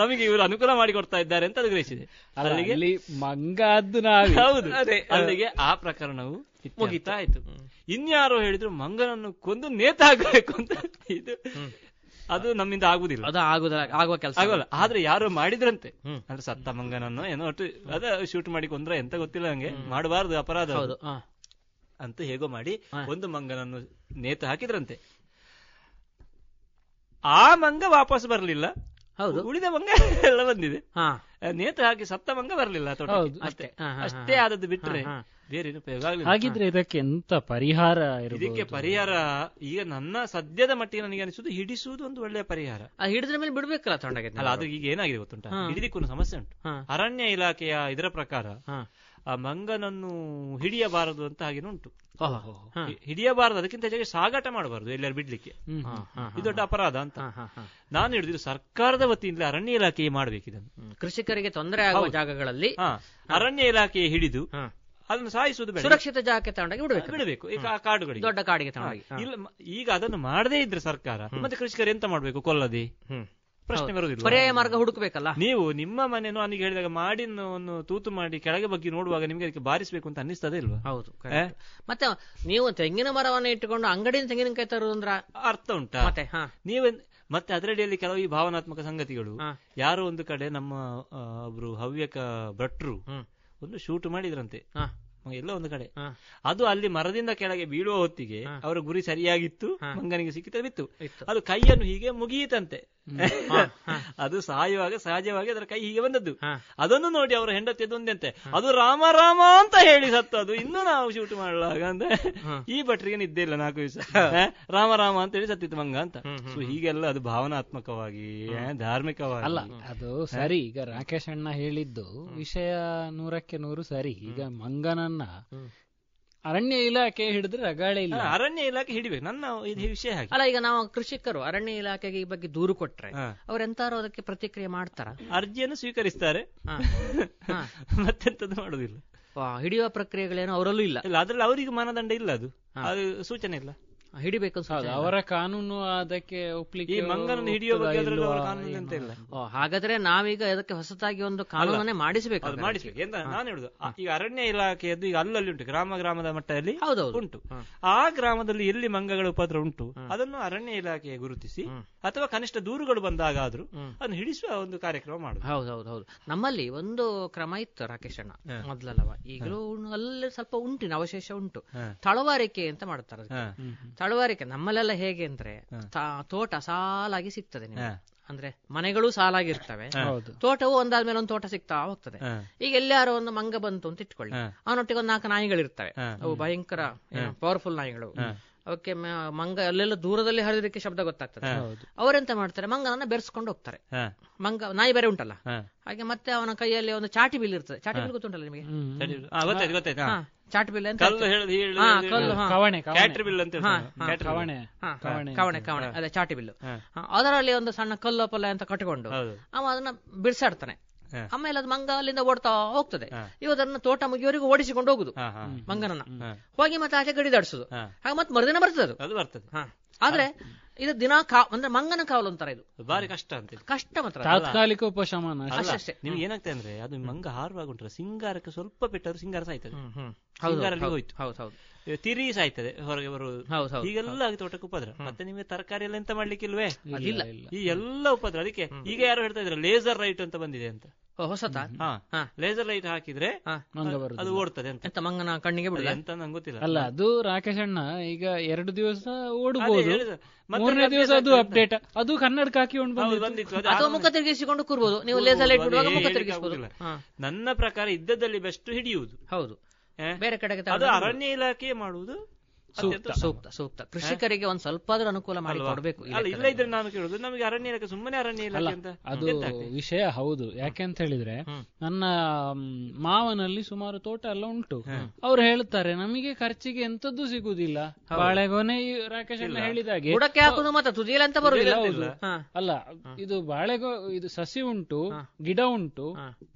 ನಮಗೆ ಇವರು ಅನುಕೂಲ ಮಾಡಿಕೊಡ್ತಾ ಇದ್ದಾರೆ ಅಂತ ಅದು ಗ್ರಹಿಸಿದೆ ಅಲ್ಲ, ಅಲ್ಲಿಗೆ ಅಲ್ಲಿ ಮಂಗ ಅದ್ದು ನಾವೇ ಹೌದು ಅದೇ. ಅಲ್ಲಿಗೆ ಆ ಪ್ರಕರಣವು ಮುಗೀತು. ಮುಗಿತಾ ಆಯ್ತು ಇನ್ಯಾರೋ ಹೇಳಿದ್ರು ಮಂಗನನ್ನು ಕೊಂದು ನೇತ ಹಾಕಬೇಕು ಅಂತ ಇದು ಅದು ನಮ್ಮಿಂದ ಆಗುದಿಲ್ಲ ಅದು ಆಗುದ ಆಗುವ ಕೆಲಸ ಆಗೋಲ್ಲ ಆದ್ರೆ ಯಾರು ಮಾಡಿದ್ರಂತೆ ಹ್ಮ್. ಅಂದ್ರೆ ಸತ್ತ ಮಂಗನನ್ನು ಏನೋ ಒಟ್ಟು ಅದ ಶೂಟ್ ಮಾಡಿ ಕೊಂದ್ರೆ ಎಂತ ಗೊತ್ತಿಲ್ಲ ನಂಗೆ ಮಾಡಬಾರದು ಅಪರಾಧ ಅದು. ಹೌದು ಹಾ ಅಂತ ಹೇಗೋ ಮಾಡಿ ಹಾ. ಒಂದು ಮಂಗನನ್ನು ನೇತು ಹಾಕಿದ್ರಂತೆ ಆ ಮಂಗ ವಾಪಸ್ ಬರಲಿಲ್ಲ ಹೌದು ಉಳಿದ ಮಂಗ ಎಲ್ಲ ಬಂದಿದೆ ಹಾ ನೇತು ಹಾಕಿ ಸಪ್ತಮಂಗ ಬರಲಿಲ್ಲ ಹೌದು, ಅಷ್ಟೇ ಅಷ್ಟೇ. ಹಾ, ಹಾ, ಹಾ. ಅಷ್ಟೇ ಆದದ್ದು ಬಿಟ್ರೆ ಹಾ, ಹಾ. ಬೇರೇನು ಉಪಯೋಗ ಆಗಲಿಲ್ಲ ಹಾಗಿದ್ರೆ ಇದಕ್ಕೆ ಎಂತ ಪರಿಹಾರ ಇದಕ್ಕೆ ಇರಬಹುದು ಪರಿಹಾರ ಈಗ ನನ್ನ ಸದ್ಯದ ಮಟ್ಟಿಗೆ ನನಗೆ ಅನಿಸುದು ಹಿಡಿಸುವುದು ಒಂದು ಒಳ್ಳೆಯ ಪರಿಹಾರ ಆ ಹಿಡಿದ್ರ ಮೇಲೆ ಬಿಡ್ಬೇಕಲ್ಲ ತಗೊಂಡಾಗೆ ಅಲ್ಲ ಆದ್ರೆ ಈಗ ಏನಾಗಿದೆ ಗೊತ್ತುಂಟಾ ಹಾ. ಹಿಡಿದಿಕ್ಕೂ ಸಮಸ್ಯೆ ಉಂಟು ಹಾ. ಅರಣ್ಯ ಇಲಾಖೆಯ ಇದರ ಪ್ರಕಾರ ಹಾ. ಆ ಮಂಗನನ್ನು ಹಿಡಿಯಬಾರದು ಅಂತ ಹಾಗೇನು ಉಂಟು ಹಾ. ಹಿ- ಹಿಡಿಯಬಾರದು ಅದಕ್ಕಿಂತ ಹೆಚ್ಚಾಗಿ ಸಾಗಾಟ ಮಾಡಬಾರದು ಎಲ್ಲರೂ ಬಿಡ್ಲಿಕ್ಕೆ ಹ್ಮ್, ಹ್ಮ್, ಹ್ಮ್, ಇದು ದೊಡ್ಡ ಅಪರಾಧ ಅಂತ ಹ್ಮ್, ಹ್ಮ್, ಹ್ಮ್. ನಾನು ಹಿಡಿದಿದ್ದು ಸರ್ಕಾರದ ವತಿಯಿಂದ ಅರಣ್ಯ ಇಲಾಖೆಯೇ ಮಾಡ್ಬೇಕಿದನ್ನು ಕೃಷಿಕರಿಗೆ ತೊಂದರೆ ಆಗುವ ಜಾಗಗಳಲ್ಲಿ ಹಾ ಅರಣ್ಯ ಇಲಾಖೆ ಹಿಡಿದು ಹಾ. ಅದನ್ನು ಸಾಯಿಸುವುದು ಬೇಡ ಸುರಕ್ಷಿತ ಜಾಗಕ್ಕೆ ತಗೊಂಡಾಗಿ ಬಿಡ್ಬೇಕು ಬಿಡಬೇಕು ಈಗ ಆ ಕಾಡುಗಳಿಗೆ ದೊಡ್ಡ ಕಾಡಿಗೆ ತಗೊಂಡಾಗಿ ಇಲ್ಲ ಮ- ಈಗ ಅದನ್ನು ಮಾಡದೇ ಇದ್ರೆ ಸರ್ಕಾರ ಮತ್ತೆ ಕೃಷಿಕರು ಎಂತ ಮಾಡ್ಬೇಕು ಕೊಲ್ಲದೆ ಹ್ಮ್. ಪ್ರಶ್ನೆ ಬರುವುದಿಲ್ಲ ಪರ್ಯಾಯ ಮಾರ್ಗ ಹುಡುಕ್ಬೇಕಲ್ಲ ನೀವು ನಿಮ್ಮ ಮನೆಯನ್ನು ನನಗೆ ಹೇಳಿದಾಗ ಮಾಡಿನ ಒಂದು ತೂತು ಮಾಡಿ ಕೆಳಗೆ ಬಗ್ಗೆ ನೋಡುವಾಗ ನಿಮ್ಗೆ ಅದಕ್ಕೆ ಬಾರಿಸಬೇಕು ಅಂತ ಅನ್ನಿಸ್ತದೆ ಇಲ್ವಾ ಹೌದು correct. ಮತ್ತೆ ನೀವು ತೆಂಗಿನ ಮರವನ್ನು ಇಟ್ಟುಕೊಂಡು ಅಂಗಡಿಯಿಂದ ತೆಂಗಿನಕಾಯಿ ತರುವುದು ಅಂದ್ರ ಅರ್ಥ ಉಂಟಾ ಮತ್ತೆ ಹಾ ನೀವೇ ಮತ್ತೆ ಅದರಡಿಯಲ್ಲಿ ಕೆಲವು ಈ ಭಾವನಾತ್ಮಕ ಸಂಗತಿಗಳು ಹಾ. ಯಾರೋ ಒಂದು ಕಡೆ ನಮ್ಮ ಆ, ಒಬ್ರು ಹವ್ಯಕ ಭಟ್ರು ಹ್ಮ್. ಒಂದು ಶೂಟ್ ಮಾಡಿದ್ರಂತೆ ಹಾ ಎಲ್ಲ ಒಂದು ಕಡೆ ಹಾ. ಅದು ಅಲ್ಲಿ ಮರದಿಂದ ಕೆಳಗೆ ಬೀಳುವ ಹೊತ್ತಿಗೆ ಅವರ ಗುರಿ ಸರಿಯಾಗಿತ್ತು ಮಂಗನಿಗೆ ಸಿಕ್ಕಿತ ಬಿತ್ತು ಇತ್ತು. ಅದು ಕೈಯನ್ನು ಹೀಗೆ ಮುಗಿಯಿತಂತೆ ಅದು ಸಾಯುವಾಗ ಸಹಜವಾಗಿ ಅದರ ಕೈ ಹೀಗೆ ಬಂದದ್ದು ಹಾ. ಅದನ್ನು ನೋಡಿ ಅವರ ಹೆಂಡತಿಯದ್ದು ಒಂದಂತೆ ಅದು ರಾಮ ರಾಮ ಅಂತ ಹೇಳಿ ಸತ್ತದು ಇನ್ನು ನಾವು ಶೂಟ್ ಮಾಡಲಾಗ ಅಂದ್ರೆ ಈ ಭಟ್ರಿಗೆ ನಿದ್ದೆ ಇಲ್ಲ ನಾಲ್ಕು ದಿವಸ ಹಾ? ರಾಮ ರಾಮ ಅಂತ ಹೇಳಿ ಸತ್ತಿತ್ತು ಮಂಗ ಅಂತ ಸೊ ಹೀಗೆಲ್ಲ ಅದು ಭಾವನಾತ್ಮಕವಾಗಿ ಆ, ಧಾರ್ಮಿಕವಾಗಿ ಅಲ್ಲ ಅದು ಸರಿ ಈಗ ರಾಕೇಶ್ ಅಣ್ಣ ಹೇಳಿದ್ದು ವಿಷಯ ನೂರಕ್ಕೆ ನೂರು ಸರಿ ಈಗ ಮಂಗನನ್ನ ಅರಣ್ಯ ಇಲಾಖೆ ಹಿಡಿದ್ರೆ ರಗಾಳೆ ಹಾ, ಇಲ್ಲ ಅರಣ್ಯ ಇಲಾಖೆ ಹಿಡಿಬೇಕು ನನ್ನ ಇದು ವಿಷಯ ಹಾಗೆ ಅಲ್ಲ ಈಗ ನಾವು ಕೃಷಿಕರು ಅರಣ್ಯ ಇಲಾಖೆಗೆ ಈ ಬಗ್ಗೆ ದೂರು ಕೊಟ್ರೆ ಹಾ. ಅವ್ರೆಂತಾರು ಅದಕ್ಕೆ ಪ್ರತಿಕ್ರಿಯೆ ಮಾಡ್ತಾರ ಅರ್ಜಿಯನ್ನು ಸ್ವೀಕರಿಸ್ತಾರೆ ಹಾ. ಹಾ. ಮತ್ತೆಂತದ್ದು ಮಾಡೋದಿಲ್ಲ ಆ, ಹಿಡಿಯುವ ಪ್ರಕ್ರಿಯೆಗಳೇನು ಅವರಲ್ಲೂ ಇಲ್ಲ ಇಲ್ಲ ಅದ್ರಲ್ಲಿ ಅವರಿಗೆ ಮಾನದಂಡ ಇಲ್ಲ ಅದು ಅದು ಸೂಚನೆ ಇಲ್ಲ ಹಿಡಿಬೇಕು ಅಂತ ಹೌದು ಸೂಚನೆ ಇಲ್ಲ. ಅವರ ಕಾನೂನು ಅದಕ್ಕೆ ಈ ಒಪ್ಲಿಕ್ಕೆ ಮಂಗನನ್ನು ಹಿಡಿಯೋ ಬಗ್ಗೆ ಅದರಲ್ಲಿ ಅವರ ಕಾನೂನು ಅಂತ ಇಲ್ಲ ಓ, ಹಾಗಾದ್ರೆ ನಾವೀಗ ಅದಕ್ಕೆ ಹೊಸತಾಗಿ ಒಂದು ಕಾನೂನನ್ನೇ ಮಾಡಿಸಬೇಕು ಅದು ಮಾಡಿಸ್ಬೇಕು ಎಂತ ನಾನು ಹೇಳುದು ಆ, ಈಗ ಅರಣ್ಯ ಇಲಾಖೆಯದ್ದು ಈಗ ಅಲ್ಲಲ್ಲಿ ಉಂಟು ಗ್ರಾಮ ಗ್ರಾಮದ ಮಟ್ಟದಲ್ಲಿ ಹೌದೌದು ಉಂಟು ಆ ಗ್ರಾಮದಲ್ಲಿ ಎಲ್ಲಿ ಮಂಗಗಳ ಉಪದ್ರ ಉಂಟು ಅದನ್ನು ಅರಣ್ಯ ಇಲಾಖೆ ಗುರುತಿಸಿ ಅಥವಾ ಕನಿಷ್ಠ ದೂರುಗಳು ಬಂದಾಗ ಆದ್ರೂ ಅದನ್ನು ಹಿಡಿಸುವ ಒಂದು ಕಾರ್ಯಕ್ರಮ ಮಾಡುದು ಹೌದೌದು ಹೌದು ನಮ್ಮಲ್ಲಿ ಒಂದು ಕ್ರಮ ಇತ್ತು ರಾಕೇಶ್ ಅಣ್ಣ ಮೊದ್ಲಲ್ಲವ ಈಗಲೂ ಉಣ್- ಅಲ್ಲಿ ಸ್ವಲ್ಪ ಉಂಟಿನ ಅವಶೇಷ ಉಂಟು ಹಾ. ತಳವಾರಿಕೆ ಅಂತ ಮಾಡ್ತಾರೆ ಅದಕ್ಕೆ. ಹಾ. ತಳವಾರಿಕೆ ನಮ್ಮಲ್ಲೆಲ್ಲ ಹೇಗೆ ಅಂದ್ರೆ ತಾ- ತೋಟ ಸಾಲಾಗಿ ಸಿಗ್ತದೆ ನಿಮ್ಗೆ ಅಂದ್ರೆ ಮನೆಗಳು ಸಾಲಾಗಿರ್ತವೆ ಹೌದು ತೋಟವು ಒಂದಾದ್ಮೇಲೆ ಒಂದು ತೋಟ ಸಿಗ್ತಾ ಹೋಗ್ತದೆ ಹಾ. ಈಗ ಎಲ್ಲಾರು ಒಂದು ಮಂಗ ಬಂತು ಅಂತ ಇಟ್ಕೊಳ್ಳಿ ಹಾ. ಅವನೊಟ್ಟಿಗೆ ಒಂದು ನಾಲ್ಕು ನಾಯಿಗಳಿರ್ತವೆ ಹಾ. ಅವು ಭಯಂಕರ ಪವರ್ಫುಲ್ ನಾಯಿಗಳು ಅವಕ್ಕೆ ಮ- ಮಂಗ ಅಲ್ಲೆಲ್ಲ ದೂರದಲ್ಲಿ ಹರಿದಕ್ಕೆ ಶಬ್ದ ಗೊತ್ತಾಗ್ತದೆ ಹೌದು ಅವರೆಂತ ಮಾಡ್ತಾರೆ ಮಂಗನನ್ನ ಬೆರೆಸ್ಕೊಂಡು ಹೋಗ್ತಾರೆ ಹಾ, ಮಂಗ ನಾಯಿ ಬೇರೆ ಉಂಟಲ್ಲ ಹಾ. ಹಾಗೆ ಮತ್ತೆ ಅವನ ಕೈಯಲ್ಲಿ ಒಂದು ಚಾಟಿ ಬಿಲ್ ಇರ್ತದೆ ಚಾಟಿ ಬಿಲ್ ಗೊತ್ತುಂಟಲ್ಲ ನಿಮಗೆ ಸರಿ, ಆ, ಗೊತ್ತಾಯ್ತು ಗೊತ್ತಾಯ್ತು ಹಾ. ಹಾ, ಚಾಟಿ ಬಿಲ್ ಅಂತ ಕಲ್ಲು ಹೇಳುದು ಹೇಳುದು, ಹಾ, ಹೇಳುದು. ಕಲ್ಲು, ಹಾ. ಕವಣೆ ಕವಣೆ ಕ್ಯಾಟ್ರಿಬಿಲ್ ಅಂತ ಹೇಳ್ತಾರೆ. ಕ್ಯಾಟ್ರಿಬಿಲ್. ಕವಣೆ ಹಾ, ಕವಣೆ. ಕವಣೆ ಕವಣೆ ಅದೇ ಚಾಟಿ ಬಿಲ್ಲು ಹಾ. ಹಾ, ಅದರಲ್ಲಿ ಒಂದು ಸಣ್ಣ ಕಲ್ಲು ಪಲ್ಲ ಅಂತ ಕಟ್ಕೊಂಡು ಹೌದು ಅವ ಅದನ್ನ ಬಿಡ್ಸಾಡ್ತಾನೆ ಹಾ. ಆಮೇಲೆ ಅದು ಮಂಗ ಅಲ್ಲಿಂದ ಓಡ್ತಾ ಹೋಗ್ತದೆ ಹಾ. ಇವ ಅದನ್ನ ತೋಟ ಮುಗಿಯವರೆಗೂ ಓಡಿಸಿಕೊಂಡು ಹೋಗುದು ಹಾ, ಹಾ. ಮಂಗನನ್ನ ಹಾ. ಹೋಗಿ ಮತ್ತೆ ಆಚೆ ಗಡಿದಾಡಿಸುದು ಹಾ. ಹಾಗೆ ಮತ್ತೆ ಮರುದಿನ ಬರ್ತದೆ ಅದು ಅದು ಬರ್ತದೆ ಹಾ. ಆದ್ರೆ ಇದು ದಿನ ಕಾ ಅಂದ್ರೆ ಮಂಗನ ಕಾವಲು ಅಂತಾರೆ ಇದು ಬಾರಿ ಕಷ್ಟ ಅಂತ ಇದು. ಕಷ್ಟ ಮಾತ್ರ ಅದು. ತಾತ್ಕಾಲಿಕ ಉಪಶಮನ ಅಷ್ಟೇ. ಅಲ್ಲ, ಅಷ್ಟೇ. ನಿಮ್ಗೆ ಏನಾಗ್ತದೆ ಅಂದ್ರೆ ಅದು ಮಂಗ ಹಾರುವಾಗ ಉಂಟು ಸಿಂಗಾರಕ್ಕೆ ಸ್ವಲ್ಪ ಬಿಟ್ಟರು ಸಿಂಗಾರ ಸಾಯ್ತದೆ ಹ್ಮ್, ಹ್ಮ್. ಹೌದು ಸಿಂಗಾರಲ್ಲಿ ಹೌದು ಹೋಯ್ತು ಹೌದು ಹೌದು ಇವಾಗ ತಿರಿ ಸಾಯ್ತದೆ ಹೊರಗೆ ಬರುವುದು ಹೌದು ಹೌದು ಈಗೆಲ್ಲ ಆಗಿ ತೋಟಕ್ಕೆ ಉಪದ್ರ ಮತ್ತೆ ನಿಮಗೆ ತರಕಾರಿ ಎಲ್ಲ ಎಂತ ಮಾಡ್ಲಿಕ್ಕಿಲ್ವೇ ಅದಿಲ್ಲ ಈ ಎಲ್ಲ ಉಪದ್ರ ಅದಕ್ಕೆ ಈಗ ಯಾರು ಹೇಳ್ತಾ ಇದ್ರೆ ಲೇಸರ್ ಲೈಟ್ ಅಂತ ಬಂದಿದೆ ಅಂತ ಓ, ಹೊಸತಾ ಹಾ ಹಾ. ಲೇಸರ್ ಲೈಟ್ ಹಾಕಿದ್ರೆ ಹಾ. ಮಂಗ ಅ- ಬರುದಿಲ್ಲ. ಅದು ಓಡ್ತದೆ ಅಂತ ಎಂತ ಮಂಗನ ಕಣ್ಣಿಗೆ ಬಿಡುದ ಎಂತ ನಂಗೆ ಗೊತ್ತಿಲ್ಲ ಅಲ್ಲ ಅದು ರಾಕೇಶ್ ಅಣ್ಣ ಈಗ ಎರಡು ದಿವಸ ಅದೇ ಓಡಬಹುದು ಹೇಳಿದ. ಮತ್ತೆ ಮೂರನೇ ಅದೇ ದಿವಸ ಅದು ಅದು ಅಪ್ಡೇಟ್ ಅದು ಕನ್ನಡಕ್ಕೆ ಹಾಕಿಕೊಂಡು ಹೌದು, ಬಂದಿತ್ತು ಬಂದಿತ್ತು ಅದು ಅಥವಾ ಮುಖ ತಿರುಗಿಸಿಕೊಂಡು ಕೂರ್ಬೋದು ನೀವು ಲೇಸರ್ ಲೈಟ್ ಬಿಡುವಾಗ ಮುಖ ಹೇಳಿಕ್ಕೆ ತಿರುಗಿಸ್ಬೋದು ಆಗುದಿಲ್ಲ. ಹಾ, ನನ್ನ ಪ್ರಕಾರ ಇದ್ದದಲ್ಲಿ ಬೆಸ್ಟ್ ಹಿಡಿಯುವುದು ಹೌದು ಏ? ಬೇರೆ ಕಡೆಗೆ ಅದು ತಗೊಂಡು ಅರಣ್ಯ ಇಲಾಖೆ ಮಾಡುವುದು ಅತ್ಯಂತ ಸೂಕ್ತ ಸೂಕ್ತ ಸೂಕ್ತ ಕೃಷಿಕರಿಗೆ ಒಂದ್ ಸ್ವಲ್ಪ ಆದ್ರೂ ಅನುಕೂಲ ಮಾಡಿ ಕೊಡ್ಬೇಕು ಈ ಅಲ್ಲ ಇಲ್ಲ ಲೆಕ್ಕದಲ್ಲಿ. ಇದ್ರೆ ನಾನು ಕೇಳುದು ನಮಗೆ ಅರಣ್ಯ ಇಲಾಖೆ ಸುಮ್ಮನೆ ಅರಣ್ಯ ಇಲಾಖೆ ಅಂತ ಅದು ವಿಷಯ ಹೌದು ಯಾಕೆ ಅಂತ ಹೇಳಿದ್ರೆ ನನ್ನ ಮ್, ಮಾವನಲ್ಲಿ ಸುಮಾರು ತೋಟ ಎಲ್ಲ ಉಂಟು ಅವ್ರು ಹೇಳ್ತಾರೆ ನಮಗೆ ಖರ್ಚಿಗೆ ಎಂತದ್ದು ಸಿಗುದಿಲ್ಲ ಬಾಳೆಗೊನೆ ಈ ರಾಕೇಶ್ ಅಣ್ಣ ಹೇಳಿದಾಗೆ ಬುಡಕ್ಕೆ ಹಾಕುದು ಮತ್ತೆ ತುದಿಯಲ್ಲಿ ಅಂತ ಬರುದಿಲ್ಲ ಹಾ. ಅಲ್ಲ ಇದು ಬಾಳೆಗೊ ಇದು ಸಸಿ ಉಂಟು ಗಿಡ ಉಂಟು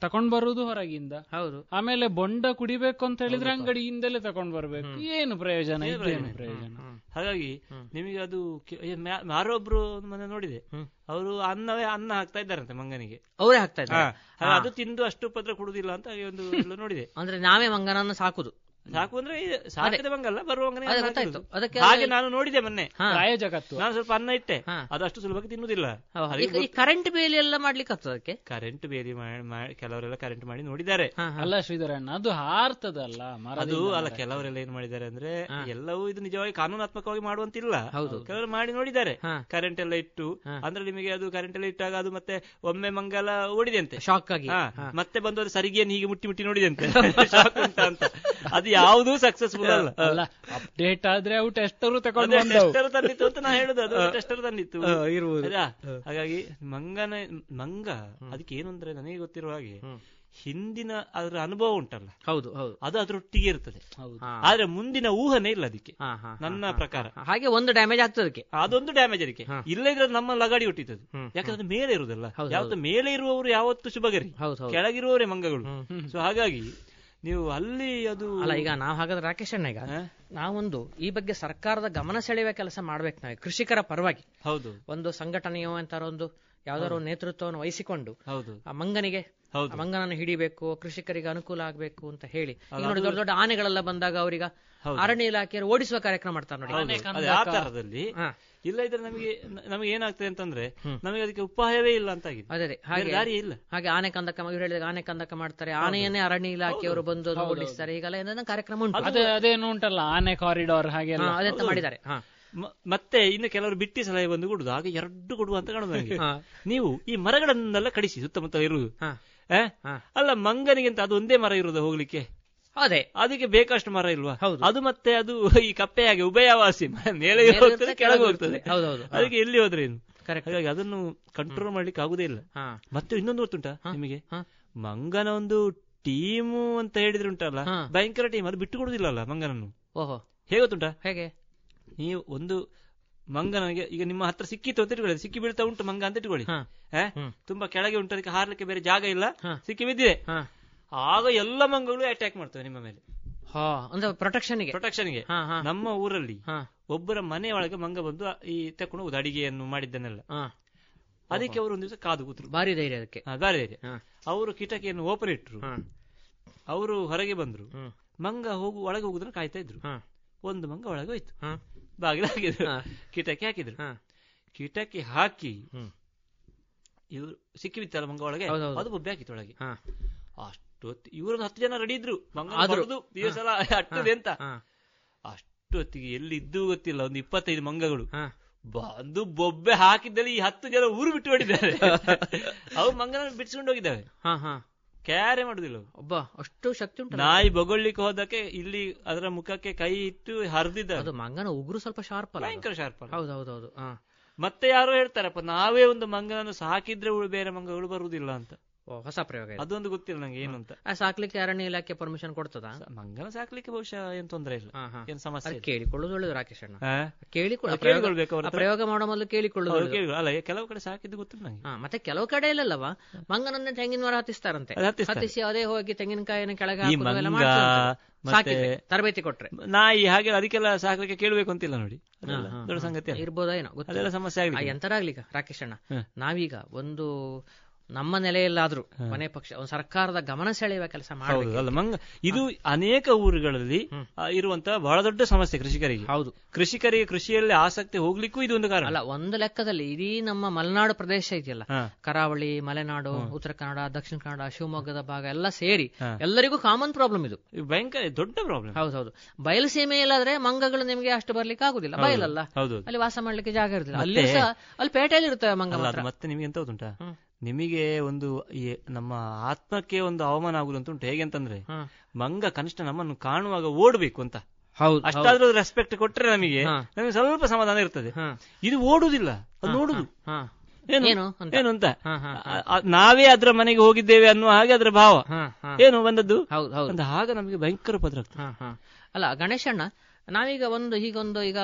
ತಕೊಂಡ್ ಬರುದು ಹೊರಗಿಂದ ಹೌದು ಆಮೇಲೆ ಬೊಂಡ ಕುಡಿಬೇಕು ಅಂತ ಹೇಳಿದ್ರೆ ಅಂಗಡಿಯಿಂದಲೇ ತಕೊಂಡ್ ಬರ್ಬೇಕು ಏನು ಪ್ರಯೋಜನ ಇದೇನು ಪ್ರಯೋಜನ ಹಾಗಾಗಿ ನಿಮಗೆ ಅದು ಕೆ- ಏ, ಮ್ಯಾ- ಯಾರೊಬ್ರು ಮೊನ್ನೆ ನೋಡಿದೆ ಅವರು ಅನ್ನವೇ ಅನ್ನ ಹಾಕ್ತಾ ಇದ್ದಾರಂತೆ ಮಂಗನಿಗೆ ಅವರೇ ಹಾಕ್ತಾ ಇದ್ದಾರೆ ಹಾಗೆ ಅದು ತಿಂದು ಅಷ್ಟು ಪತ್ರ ಕೊಡುದಿಲ್ಲ ಅಂತ ಹಾಗೆ ಒಂದು ಎಲ್ಲ ನೋಡಿದೆ ಅಂದ್ರೆ ನಾವೇ ಮಂಗನನ್ನು ಸಾಕುದು ಸಾಕು ಅಂದ್ರೆ ಈ ಸಾಕಿದ ಬಂಗಲ್ಲ ಬರುವ ಬಂಗನೆ ಅದೇ ನಾನು ಗೊತ್ತಾಯ್ತು. ಹಾಕಿದ್ದು. ಅದಕ್ಕೆ ಹಾಗೆ ಅಲ್ಲಿ- ನಾನು ನೋಡಿದೆ ಮೊನ್ನೆ ಹಾ. ಪ್ರಾಯೋಜಕತ್ವ ನಾನು ಸ್ವಲ್ಪ ಅನ್ನ ಇಟ್ಟೆ ಹಾ. ಅದು ಅಷ್ಟು ಸುಲಭಕ್ಕೆ ತಿನ್ನುದಿಲ್ಲ ಈಗ ಈ ಕರೆಂಟ್ ಬೇಲಿ ಎಲ್ಲ ಮಾಡ್ಲಿಕ್ಕೆ ಆಗ್ತದೆ ಅದಕ್ಕೆ ಕರೆಂಟ್ ಬೇರಿ ಮಾಡ್- ಮಾಡ್- ಕೆಲವರೆಲ್ಲ ಕರೆಂಟ್ ಮಾಡಿ ನೋಡಿದ್ದಾರೆ ಹಾ, ಹಾ. ಅಲ್ಲ ಶ್ರೀಧರಣ್ಣ ಅದು ಹಾರ್ತದಲ್ಲ ಅದು ಮರದಿಂದ ಅಲ್ಲ ಮರ. ಕೆಲವರೆಲ್ಲ ಏನ್ ಮಾಡಿದ್ದಾರೆ ಅಂದ್ರೆ ಹಾ. ಎಲ್ಲವೂ ಇದು ನಿಜವಾಗಿ ಕಾನೂನಾತ್ಮಕವಾಗಿ ಮಾಡುವಂತಿಲ್ಲ ಹೌದು. ಕೆಲವರು ಮಾಡಿ ನೋಡಿದ್ದಾರೆ ಹಾ. ಕರೆಂಟ್ ಎಲ್ಲ ಇಟ್ಟು ಹಾ. ಅಂದ್ರೆ ನಿಮಗೆ ಅದು ಕರೆಂಟ್ ಎಲ್ಲ ಇಟ್ಟಾಗ ಅದು ಮತ್ತೆ ಒಮ್ಮೆ ಮಂಗಲ ಓಡಿದೆಂತೆ ಶಾಕ್ ಆಗಿ ಹಾ, ಮತ್ತೆ ಬಂದು ಅದು ಸರಿಗೆಯನ್ನು ಹೀಗೆ ಮುಟ್ಟಿ ಮುಟ್ಟಿ ನೋಡಿದೆಂತೆ ಶಾಕ್ ಉಂಟಾ ಅಂತ ಅದು ಯಾವುದೂ ಸಕ್ಸಸ್ಫುಲ್ ಅಲ್ಲ ಅಲ್ಲ ಅಪ್ಡೇಟ್ ಆದ್ರೆ ಅವು ಟೆಸ್ಟರು ತಗೊಂಡು ಅದೇ ಬಂದವು ಟೆಸ್ಟರ್ ತಂದಿತ್ತು ಅಂತ ನಾ ಹೇಳುದು ಅದು ಟೆಸ್ಟರ್ ತಂದಿತ್ತು ಆ, ಇರ್ಬೋದು. ಆಯ್ತಾ? ಹಾಗಾಗಿ ಮಂಗನ ಮಂಗ ಅದಕ್ಕೆ ಏನು ಅಂದ್ರೆ ನನಗೆ ಗೊತ್ತಿರುವ ಹಾಗೆ ಹಿಂದಿನ ಅದರ ಅನುಭವ ಉಂಟಲ್ಲ ಹೌದು ಹೌದು ಅದು ಅದರೊಟ್ಟಿಗೆ ಇರ್ತದೆ ಹೌದು ಆದ್ರೆ ಮುಂದಿನ ಊಹನೆ ಇಲ್ಲ ಅದಕ್ಕೆ ಹಾ, ಹಾ, ಹಾ. ನನ್ನ ಪ್ರಕಾರ ಹಾಗೆ ಒಂದು ಡ್ಯಾಮೇಜ್ ಆಗ್ತದೆ ಅದಕ್ಕೆ ಅದೊಂದು ಡ್ಯಾಮೇಜ್ ಅದಕ್ಕೆ ಹಾ. ಇಲ್ಲ ಇದ್ರೆ ಅದು ನಮ್ಮ ಲಗಾಡಿ ಹುಟ್ಟಿತದು ಹ್ಮ್. ಯಾಕಂದ್ರೆ ಅದು ಮೇಲೆ ಇರುವುದಲ್ಲ ಹೌದು, ಯಾವತ್ತು ಮೇಲೆ ಇರುವವರು ಯಾವತ್ತು ಶುಭಗರಿ ಹೌದು ಹೌದು ಕೆಳಗಿರುವವರೇ ಮಂಗಗಳು ಹ್ಮ್. ಸೊ ಹಾಗಾಗಿ ನೀವು ಅಲ್ಲಿ ಅದು ಅಲ್ಲ ಈಗ ನಾವು ಹಾಗಾದ್ರೆ ರಾಕೇಶ್ ಅಣ್ಣ ಈಗ ಹಾ? ನಾವೊಂದು ಈ ಬಗ್ಗೆ ಸರ್ಕಾರದ ಗಮನ ಸೆಳೆಯುವ ಕೆಲಸ ಮಾಡ್ಬೇಕು ನಾವು ಕೃಷಿಕರ ಪರವಾಗಿ ಹೌದು ಒಂದು ಸಂಘಟನೆಯೋ ಅಂತಾರೋ ಒಂದು ಯಾವ್ದಾದ್ರು ಒಂದು ನೇತೃತ್ವವನ್ನು ವಹಿಸಿಕೊಂಡು ಹೌದು ಆ ಮಂಗನಿಗೆ ಆ ಹೌದು ಮಂಗನನ್ನು ಹಿಡಿಬೇಕು ಕೃಷಿಕರಿಗೆ ಅನುಕೂಲ ಆಗಬೇಕು ಅಂತ ಹೇಳಿ ಈಗ ಅಲ್ಲ, ನೋಡಿ ದೊಡ್ಡ ದೊಡ್ಡ ಆನೆಗಳೆಲ್ಲ ಬಂದಾಗ ಅವರೀಗ ಹೌದು. ಅರಣ್ಯ ಇಲಾಖೆಯವರು ಓಡಿಸುವ ಕಾರ್ಯಕ್ರಮ ಮಾಡ್ತಾರೆ ನೋಡಿ ಹೌದು. ಆನೆ ಅದೇ ಕಂದಕ. ಆ ತರದಲ್ಲಿ ಹಾ, ಇಲ್ಲ ಇದ್ರೆ ನಮಗೆ ನ- ನಮಗೆ ಏನಾಗ್ತದೆ ಅಂತಂದ್ರೆ ಹ್ಮ್. ನಮಗೆ ಅದಕ್ಕೆ ಉಪಾಯವೇ ಇಲ್ಲ ಅಂತಾಗಿದೆ ಅದೇ ರೀ, ಬೇರೆ ಹಾಗೆ ದಾರಿ ಇಲ್ಲ ಹಾಗೆ ಆನೆ ಕಂದಕ ಇವ್ರು ಹೇಳಿದಾಗ ಆನೆ ಕಂದಕ ಮಾಡ್ತಾರೆ ಆನೆಯನ್ನೇ ಅರಣ್ಯ ಇಲಾಖೆಯವರು ಬಂದು ಅದು ಓಡಿಸ್ತಾರೆ ಹೀಗೆಲ್ಲ ಏನೇನೋ ಕಾರ್ಯಕ್ರಮ ಉಂಟು ಅದೇ ಅದೇನು ಉಂಟಲ್ಲ ಆನೆ ಕಾರಿಡಾರ್ ಹಾಗೆಲ್ಲ ಹಾ, ಅದೆಂತ ಮಾಡಿದ್ದಾರೆ ಹಾ ಮ- ಮತ್ತೆ ಇನ್ನು ಕೆಲವರು ಬಿಟ್ಟಿ ಸಲಹೆ ಬಂದು ಕೊಡುದು ಆಗ ಎರಡು ಕೊಡುವ ಅಂತ ಕಾಣುದು ನನಗೆ. ಹಾ. ನೀವು ಈ ಮರಗಳನ್ನೆಲ್ಲ ಕಡಿಸಿ ಸುತ್ತಮುತ್ತ ಇರುವುದು ಹಾ ಆ? ಹಾ. ಅಲ್ಲ ಮಂಗನಿಗಿಂತ ಅದು ಒಂದೇ ಮರ ಇರುವುದು ಹೋಗ್ಲಿಕ್ಕೆ ಅದೇ ಅದಕ್ಕೆ ಬೇಕಷ್ಟು ಮರ ಇಲ್ವಾ ಹೌದು. ಅದು ಮತ್ತೆ ಅದು ಈ ಕಪ್ಪೆಯಾಗಿ ಉಭಯವಾಸಿ ಮ- ಮೇಲೆ ಮೇಲೆ ಹೋಗ್ತದೆ ಇರ್ತದೆ, ಕೆಳಗೆ ಕೆಳಗೆ ಹೋಗ್ತದೆ ಇರ್ತದೆ. ಹೌದು, ಹೌದು. ಹಾ. ಅದಕ್ಕೆ ಎಲ್ಲಿ ಹೋದ್ರೆ ಏನು Correct. ಹಾಗಾಗಿ ಅದನ್ನು ಕಂಟ್ರೋಲ್ ಮಾಡ್ಲಿಕ್ಕೆ ಆಗುದೇ ಇಲ್ಲ ಹಾ ಮತ್ತೆ ಇನ್ನೊಂದು ಗೊತ್ತುಂಟಾ ನಿಮಗೆ ಹಾ. ಮಂಗನ ಒಂದು ಟೀಮು ಅಂತ ಹೇಳಿದ್ರೆ ಉಂಟಲ್ಲ ಹಾ. ಭಯಂಕರ ಟೀಮ್ ಅದು ಬಿಟ್ಟು ಕೊಡುದಿಲ್ಲ ಅಲ್ಲ ಮಂಗನನ್ನು ಓಹೋ ಹೇಗೆ ಗೊತ್ತುಂಟಾ ಹೇಗೆ ನೀವು ಒಂದು ಮಂಗನಿಗೆ ಈಗ ನಿಮ್ಮ ಹತ್ರ ಸಿಕ್ಕಿತ್ತು ಅಂತ ಇಟ್ಕೊಳ್ಳಿ ಅದು ಸಿಕ್ಕಿ ಬೀಳ್ತಾ ಉಂಟು ಮಂಗ ಅಂತ ಇಟ್ಕೊಳ್ಳಿ ಹಾ ಆ? ಹ್ಮ್. ತುಂಬಾ ಕೆಳಗೆ ಉಂಟು ಅದಕ್ಕೆ ಹಾರ್ಲಿಕ್ಕೆ ಬೇರೆ ಜಾಗ ಇಲ್ಲ ಹಾ. ಸಿಕ್ಕಿ ಬಿದ್ದಿದೆ ಹಾ ಆಗ ಎಲ್ಲ ಮಂಗಗಳು ಅಟ್ಯಾಕ್ ಮಾಡ್ತವೆ ನಿಮ್ಮ ಮೇಲೆ ಹಾ ಅಂದ್ರೆ ಪ್ರೊಟೆಕ್ಷನ್ಗೆ ಪ್ರೊಟೆಕ್ಷನ್ ಗೆ ಹಾ ಹಾ ನಮ್ಮ ಊರಲ್ಲಿ ಹಾ ಒಬ್ಬರ ಮನೆ ಒಳಗೆ ಮಂಗ ಬಂದು ಆ- ಈ ತಕೊಂಡು ಹೋದ ಅಡಿಗೆಯನ್ನು ಮಾಡಿದ್ದನ್ನೆಲ್ಲ ಹಾ ಅದಕ್ಕೆ ಅವರು ಒಂದು ದಿವಸ ಕಾದು ಕೂತರು ಭಾರಿ ಧೈರ್ಯ ಅದಕ್ಕೆ ಆ, ಬೇರೆ ಬೇರೆ ಹಾ ಅವರು ಕಿಟಕಿಯನ್ನು ಓಪನ್ ಇಟ್ಟರು ಹಾ ಅವರು ಹೊರಗೆ ಬಂದ್ರು ಹ್ಮ್. ಮಂಗ ಹೋಗು ಒಳಗೆ ಹೋಗುದನ್ನು ಕಾಯ್ತಾ ಇದ್ರು ಹಾ ಒಂದು ಮಂಗ ಒಳಗೆ ಹೋಯ್ತು ಹಾ ಬಾಗಿಲು ಹಾಕಿದ್ರು ಹಾ. ಕಿಟಕಿ ಹಾಕಿದ್ರು ಹಾ ಕಿಟಕಿ ಹಾಕಿ ಹ್ಮ್. ಇವ್ರು ಸಿಕ್ಕಿ ಬಿತ್ತಲ್ಲ ಮಂಗ ಒಳಗೆ ಹೌದು, ಹೌದು. ಅದು ಬೊಬ್ಬೆ ಹಾಕಿತ್ತು ಒಳಗೆ ಹಾ ಅಷ್ಟೊತ್ತು ಇವ್ರೊಂದು ಹತ್ತು ಜನ ರೆಡಿ ಇದ್ರು ಮಂಗ ಆದ್ರು. ಬಡ್ದು ಈ ಸಲ ಅಟ್ಟದೆ ಅಂತ ಹಾ ಅಷ್ಟೊತ್ತಿಗೆ ಎಲ್ಲಿ ಇದ್ದು ಗೊತ್ತಿಲ್ಲ ಒಂದು ಇಪ್ಪತ್ತೈದು ಮಂಗಗಳು ಹಾ ಬಂದು ಬೊಬ್ಬೆ ಹಾಕಿದ್ದಲ್ಲಿ ಈ ಹತ್ತು ಜನ ಊರು ಬಿಟ್ಟು ಹೊಡಿದ್ದಾರೆ ಅವು ಮಂಗನ ಬಿಡಿಸ್ಕೊಂಡು ಹೋಗಿದ್ದಾವೆ ಹಾ ಹಾ ಕ್ಯಾರೆ ಮಾಡುದಿಲ್ಲ ಅವು. ಒಬ್ಬ ಅಷ್ಟು ಶಕ್ತಿ ಉಂಟು ನಾಯಿ ಬಗೊಳ್ಲಿಕ್ಕೆ ಹೋದಕ್ಕೆ ಇಲ್ಲಿ ಅದರ ಮುಖಕ್ಕೆ ಕೈ ಇಟ್ಟು ಹರಿದಿದ್ದಾರೆ ಅದು ಮಂಗನ ಉಗುರು ಸ್ವಲ್ಪ ಶಾರ್ಪ್ ಅಲ್ಲ ಅದು. ಭಯಂಕರ ಶಾರ್ಪ್ ಅಲ್ಲ ಹೌದು ಹೌದು ಹೌದು ಹಾ ಮತ್ತೆ ಯಾರೋ ಹೇಳ್ತಾರಪ್ಪ ನಾವೇ ಒಂದು ಮಂಗನನ್ನು ಸಾಕಿದ್ರೆ ಉಳ್- ಬೇರೆ ಮಂಗಗಳು ಬರುವುದಿಲ್ಲ ಅಂತ ಓ, ಹೊಸ ಪ್ರಯೋಗ ಇದು. ಅದೊಂದು ಗೊತ್ತಿಲ್ಲ ನಂಗೆ ಏನು ಅಂತ ಆ, ಸಾಕ್ಲಿಕ್ಕೆ ಅರಣ್ಯ ಇಲಾಖೆ ಪರ್ಮಿಷನ್ ಕೊಡ್ತದಾ ಸ- ಮಂಗನ ಸಾಕ್ಲಿಕ್ಕೆ ಬಹುಶಃ ಏನ್ ತೊಂದರೆ ಇಲ್ಲ ಹಾ ಹಾ ಏನ್ ಅದು ಸಮಸ್ಯೆ ಇಲ್ಲ. ಕೇಳಿಕೊಳ್ಳೋದು ಒಳ್ಳೇದು ರಾಕೇಶ್ ಅಣ್ಣ ಆ? ಕೇಳಿಕೊಳ್ಳ ಆ, ಕೇಳ್ಕೊಳ್ಬೇಕು ಅವ್ರ ಆ ಹತ್ರ. ಪ್ರಯೋಗ ಮಾಡೋ ಮೊದಲು ಕೇಳಿಕೊಳ್ಳೋದು ಅವ್ರು ಒಳ್ಳೇದು. ಕೇಳಿದ್ರು. ಅಲ್ಲ ಕೆಲವು ಕಡೆ ಸಾಕಿದ್ದು ಗೊತ್ತಿಲ್ಲ ನಂಗೆ ಹಾ ಮತ್ತೆ ಕೆಲವು ಕಡೆ ಇಲ್ಲಲ್ಲವಾ ಮಂಗನನ್ನ ತೆಂಗಿನ ಮರ ಹತ್ತಿಸ್ತಾರಂತೆ ಅದು ಹತ್ತಿಸ್ತಾರೆ. ಹತ್ತಿಸಿ ಅದೇ ಹೋಗಿ ತೆಂಗಿನಕಾಯಿನ ಕೆಳಗೆ ಈ ಹಾಕೋದು ಇವೆಲ್ಲ ಮಂಗ ಮಾಡ್ತಾರಂತೆ. ಮತ್ತೆ- ಸಾಕಿದ್ರೆ ತರಬೇತಿ ಕೊಟ್ರೆ ನಾಯಿ ಹಾಗೆ ಅದಕ್ಕೆಲ್ಲ ಸಾಕ್ಲಿಕ್ಕೆ ಕೇಳ್ಬೇಕು ಅಂತಿಲ್ಲ ನೋಡಿ ಅದೆಲ್ಲ ಹಾ, ಹಾ, ದೊಡ್ಡ ಸಂಗತಿ ಅಲ್ಲ. ಇರ್ಬೋದಾ ಏನೋ ಗೊತ್ತಿಲ್ಲ ಅದೆಲ್ಲ ಸಮಸ್ಯೆ ಆ, ಆಗ್ಲಿ ಎಂತರಾಗ್ಲಿ ಈಗ ರಾಕೇಶ್ ಅಣ್ಣ ಹಾ. ನಾವೀಗ ಒಂದು ನಮ್ಮ ನೆಲೆಯಲ್ಲಾದ್ರೂ ಮನೆ ಪಕ್ಷ ಒಂದು ಸರ್ಕಾರದ ಗಮನ ಸೆಳೆಯುವ ಕೆಲಸ ಹೌದು ಮಾಡಬೇಕು ಅಲ್ಲ ಮಂಗ ಇದು ಅನೇಕ ಊರುಗಳಲ್ಲಿ ಹ್ಮ್. ಆ, ಇರುವಂತಹ ಬಹಳ ದೊಡ್ಡ ಸಮಸ್ಯೆ ಕೃಷಿಕರಿಗೆ ಹೌದು ಕೃಷಿಕರಿಗೆ ಕೃಷಿಯಲ್ಲಿ ಆಸಕ್ತಿ ಹೋಗ್ಲಿಕ್ಕೂ ಇದು ಒಂದು ಕಾರಣ ಅಲ್ಲ ಒಂದು ಲೆಕ್ಕದಲ್ಲಿ ಇಡೀ ನಮ್ಮ ಮಲೆನಾಡು ಪ್ರದೇಶ ಇದೆಯಲ್ಲ ಹಾ. ಕರಾವಳಿ ಮಲೆನಾಡು ಉತ್ತರ ಕನ್ನಡ ದಕ್ಷಿಣ ಕನ್ನಡ ಶಿವಮೊಗ್ಗದ ಭಾಗ ಎಲ್ಲ ಸೇರಿ ಹಾ. ಎಲ್ಲರಿಗೂ ಕಾಮನ್ ಪ್ರಾಬ್ಲಮ್ ಇದು ಇದು ಭಯಂಕರ ದೊಡ್ಡ ಪ್ರಾಬ್ಲಮ್ ಹೌದೌದು ಬಯಲು ಸೀಮೆಯಲ್ಲಾದ್ರೆ ಮಂಗಗಳು ನಿಮಗೆ ಅಷ್ಟು ಬರ್ಲಿಕ್ಕೆ ಆಗುದಿಲ್ಲ ಬಯಲಲ್ಲ ಹೌದು ಅಲ್ಲಿ ವಾಸ ಮಾಡ್ಲಿಕ್ಕೆ ಜಾಗ ಇರುದಿಲ್ಲ ಅಲ್ಲಿ ಸಹ ಅಲ್ಲಿ ಪೇಟೆಯಲ್ಲಿ ಇರ್ತವೆ ಮಂಗ ಅಲ್ಲ ಮಾತ್ರ ಅದು ಮತ್ತೆ ನಿಮಗೆ ಎಂತ ಗೊತ್ತುಂಟಾ ಹ್ಮ್. ನಿಮಗೆ ಒಂದು ಈ ನಮ್ಮ ಆತ್ಮಕ್ಕೆ ಒಂದು ಅವಮಾನ ಆಗುದು ಅಂತ ಉಂಟು ಹೇಗೆ ಅಂತಂದ್ರೆ ಹಾ. ಮಂಗ ಕನಿಷ್ಠ ನಮ್ಮನ್ನು ಕಾಣುವಾಗ ಓಡ್ಬೇಕು ಅಂತ ಹೌದು ಅಷ್ಟಾದ್ರೂ ರೆಸ್ಪೆಕ್ಟ್ ಕೊಟ್ರೆ ನಮಗೆ ಹಾ. ನಮಗೆ ಸ್ವಲ್ಪ ಸಮಾಧಾನ ಇರ್ತದೆ ಹಾ. ಇದು ಓಡುದಿಲ್ಲ ಅದು ನೋಡುದು ಹಾ. ಏನು? ಏನು ಅಂತ. ಏನು ಅಂತ ಹಾ, ಹಾ, ಹಾ. ಆ- ಆ- ನಾವೇ ಅದ್ರ ಮನೆಗೆ ಹೋಗಿದ್ದೇವೆ ಅನ್ನುವ ಹಾಗೆ ಅದರ ಭಾವ ಹಾ, ಹಾ. ಏನು ಬಂದದ್ದು ಹೌದು ಹೌದು ಅಂತ ಆಗ ನಮಗೆ ಭಯಂಕರ ಉಪದ್ರ ಆಗ್ತದೆ ಹಾ, ಹಾ. ಅಲ್ಲ ಗಣೇಶಣ್ಣ ನಾವೀಗ ಒಂದು ಹೀಗೊಂದು ಈಗ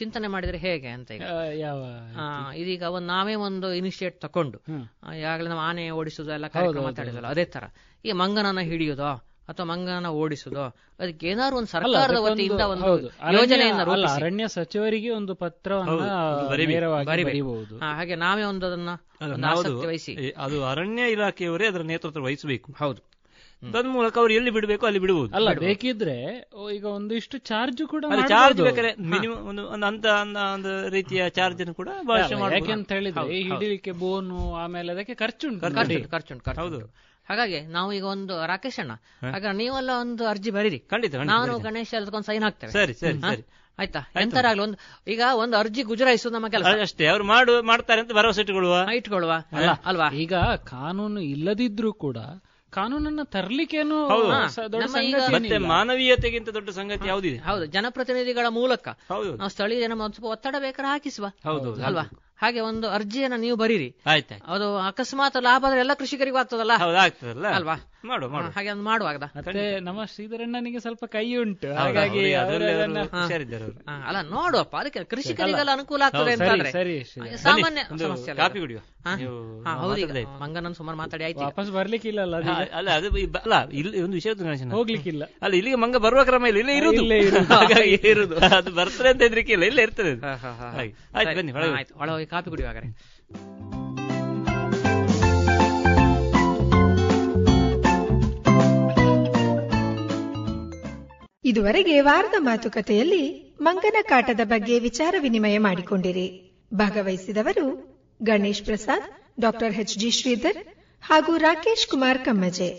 ಚಿಂತನೆ ಮಾಡಿದ್ರೆ ಹೇಗೆ ಅಂತ ಈಗ ಆ, ಯಾವ ಆ, ಇದೀಗ ಒಂದು ನಾವೇ ಒಂದು ಇನಿಷಿಯೇಟ್ ತಕೊಂಡು ಹ್ಮ್. ಆ, ಈಗಾಗಲೇ ನಾವು ಆನೆ ಓಡಿಸುದು ಎಲ್ಲ ಕಾರ್ಯಕ್ರಮ ಮಾತಾಡಿದಲ್ಲ ಅದೇ ತರ ಈ ಮಂಗನನ್ನ ಹಿಡಿಯುವುದೋ ಅಥವಾ ಮಂಗನ ಓಡಿಸುವುದೋ ಅದಕ್ಕೆ ಏನಾದ್ರು ಒಂದು ಅಲ್ಲ, ಸರ್ಕಾರದ ಅದಕ್ಕೊಂದು- ವತಿಯಿಂದ ಒಂದು ಹೌದು. ಅರಣ್ಯ- ಯೋಜನೆಯನ್ನ ಅಲ್ಲ, ರೂಪಿಸಿ. ಅರಣ್ಯ ಸಚಿವರಿಗೆ ಒಂದು ಪತ್ರವನ್ನ ನೇರವಾಗಿ ಬರೀಬಹುದು ಆ, ಹಾಗೆ ನಾವೇ ಒಂದು ಅದನ್ನ ಅಲ್ಲ, ಒಂದು ನಾವು ಅದು- ಆಸಕ್ತಿ ವಹಿಸಿ ಏ, ಅದು ಅರಣ್ಯ ಇಲಾಖೆಯವರೇ ಅದರ ನೇತೃತ್ವ ವಹಿಸಬೇಕು ಹೌದು ತನ್ಮೂಲಕ ಅವ್ರು ಎಲ್ಲಿ ಬಿಡಬೇಕು ಅಲ್ಲಿ ಬಿಡಬಹುದು ಅಲ್ಲ ಬೇಕಿದ್ರೆ ಓ, ಈಗ ಒಂದಿಷ್ಟು ಚಾರ್ಜ್ ಕೂಡ ಚಾರ್ಜ್ ಮಾಡ್ಬೋದು. ಬೇಕಾದ್ರೆ ಮಿನಿಮಮ್ ಒಂದು ಒಂದು ಅಂತ ಅಂದ- ಒಂದು ರೀತಿಯ ಚಾರ್ಜ್ ಅನ್ನು ಕೂಡ ಭಾಷೆ ಅಲ್ಲ, ಮಾಡಬಹುದು ಯಾಕೆಂತ ಹೇಳಿದ್ರೆ ಈ ಹಿಡಿಲಿಕ್ಕೆ ಬೋನು ಆಮೇಲೆ ಅದಕ್ಕೆ ಖರ್ಚುಂಟು ನೋಡಿ. ಖರ್ಚುಂಟು ಖರ್ಚುಂಟು ಖರ್ಚು ಹಾಗಾಗಿ ನಾವು ಈಗ ಒಂದು ರಾಕೇಶ್ ಅಣ್ಣ ಹಾಗಾದ್ರೆ ನೀವೆಲ್ಲ ಒಂದು ಅರ್ಜಿ ಬರೀರಿ ಖಂಡಿತ ಖಂಡಿತ. ನಾನು ಗಣೇಶ್ ಅದಕ್ಕೊಂದು ಸೈನ್ ಹಾಕ್ತೇವೆ ಸರಿ ಸರಿ ಹಾ? ಸರಿ ಆಯ್ತಾ ಎಂತರಾಗ್ಲಿ ಒಂದು ಈಗ ಒಂದು ಅರ್ಜಿ ಗುಜರಾಯಿಸೋದು ನಮ್ಮ ಕೆಲಸ ಅ- ಅಷ್ಟೇ ಅವ್ರು ಮಾಡು ಮಾಡ್ತಾರೆ ಅಂತ ಭರವಸೆ ಇಟ್ಟುಕೊಳ್ಳುವ ಹಾ, ಇಟ್ಕೊಳ್ಳುವ ಅಲ್ವಾ ಈಗ ಕಾನೂನು ಇಲ್ಲದಿದ್ರೂ ಕೂಡ ಕಾನೂನನ್ನ ತರ್ಲಿಕ್ಕೇನು ಹೌದು. ಸ- ದೊಡ್ಡ ನಮ್ಮ ಈಗ- ಸಂಗತಿ ಮತ್ತೆ ಏನಿಲ್ಲ. ಮಾನವೀಯತೆಗಿಂತ ದೊಡ್ಡ ಸಂಗತಿ ಯಾವುದಿದೆ ಹೌದು ಜನಪ್ರತಿನಿಧಿಗಳ ಮೂಲಕ ಹೌದು ನಾವು ಸ್ಥಳೀಯ ಜನ ಒಂದು ಸ್ವಲ್ಪ ಒತ್ತಡ ಬೇಕಾದ್ರೆ ಹಾಕಿಸುವ ಹೌದು, ಹೌದು. ಅಲ್ವಾ ಹಾಗೆ ಒಂದು ಅರ್ಜಿಯನ್ನ ನೀವು ಬರೀರಿ ಆಯ್ತಾಯ್ತು ಅದು ಅಕಸ್ಮಾತ್ ಲಾಭ ಆದ್ರೆ ಎಲ್ಲ ಕೃಷಿಕರಿಗೂ ಆಗ್ತದಲ್ಲ ಹೌದು ಆಗ್ತದಲ್ಲ ಅಲ್ವಾ? ಮಾಡು ಮಾಡು ಹಾ, ಹಾಗೆ ಒಂದು ಮಾಡುವಾಗದ ಮತ್ತೆ ನಮ್ಮ ಶ್ರೀಧರಣ್ಣನಿಗೆ ಸ್ವಲ್ಪ ಕೈ ಉಂಟು ಹೌದು, ಹಾಗಾಗಿ ಅವ್ರಿಗೆ ಅವರು ಅದರಲ್ಲೇ ಅದನ್ನ- ಅವರು ಹುಷಾರಿದ್ದಾರೆ ಅವರು. ಹಾ, ಅಲ್ಲ ನೋಡುವಪ್ಪ ಅದಕ್ಕೆ ಕೃಷಿಕರಿಗೆಲ್ಲ ಅನುಕೂಲ ಆಗ್ತದೆ ಹೌದು, ಅಂತ ಸರಿ ಆದ್ರೆ ಸರಿ ಸರಿ. ಹಾಗೆ ಬನ್ನಿ, ಸಾಮಾನ್ಯ ಒಂದು ಸಮಸ್ಯೆ ಅಲ್ಲ ಕಾಫಿ ಇದು. ಕುಡಿಯುವ ಹಾ? ನೀವು ಹಾ, ಹೌದು ಈಗ. ಮಾತಾಡ್ದಾಯ್ತು. ಮಂಗನನ್ನು ಸುಮಾರು ಮಾತಾಡಿ ಆಯ್ತು ಈಗ. ವಾಪಸ್ ಬರ್ಲಿಕ್ಕಿಲ್ಲ ಅಲ್ಲ ಹಾ, ಅದೀಗ? ಅಲ್ಲ ಅದು ಈ ಬ- ಅಲ್ಲ ಇಲ್ಲಿ ಒಂದು ವಿಷಯ ಗೊತ್ತು ಗಣೇಶನ ಹೋಗ್ಲಿಕ್ಕಿಲ್ಲ ಅಲ್ಲ ಇಲ್ಲಿಗೆ ಮಂಗ ಬರುವ ಕ್ರಮ ಇಲ್ಲ ಇಲ್ಲೇ ಇರುದು ಇಲ್ಲೇ ಇರುದು. ಹಾಗಾಗಿ ಇರುದು ಅದು ಬರ್ತದೆ ಅಂತ ಹೆದ್ರಿಕೆ ಇಲ್ಲ ಇಲ್ಲೇ ಇರ್ತದೆ ಅದು. ಹಾ, ಹಾ, ಹಾ, ಹಾ. ಹಾಗೆ. ಆಯ್ತು ಬನ್ನಿ ಹಾ, ಒಳಗೆ ಹೋಗಿ. ಆಯ್ತು ಒಳ ಹೋಗಿ ಕಾಫಿ ಕುಡಿಯುವ ಹಾಗಾದ್ರೆ ಇದುವರೆಗೆ ವಾರದ ಮಾತುಕತೆಯಲ್ಲಿ ಮಂಗನ ಕಾಟದ ಬಗ್ಗೆ ವಿಚಾರ ವಿನಿಮಯ ಮಾಡಿಕೊಂಡಿರಿ ಭಾಗವಹಿಸಿದವರು Ganesh Prasad doctor H G Sridhar ಹಾಗೂ ರಾಕೇಶ್ ಕುಮಾರ್ ಕಮ್ಮಜೆ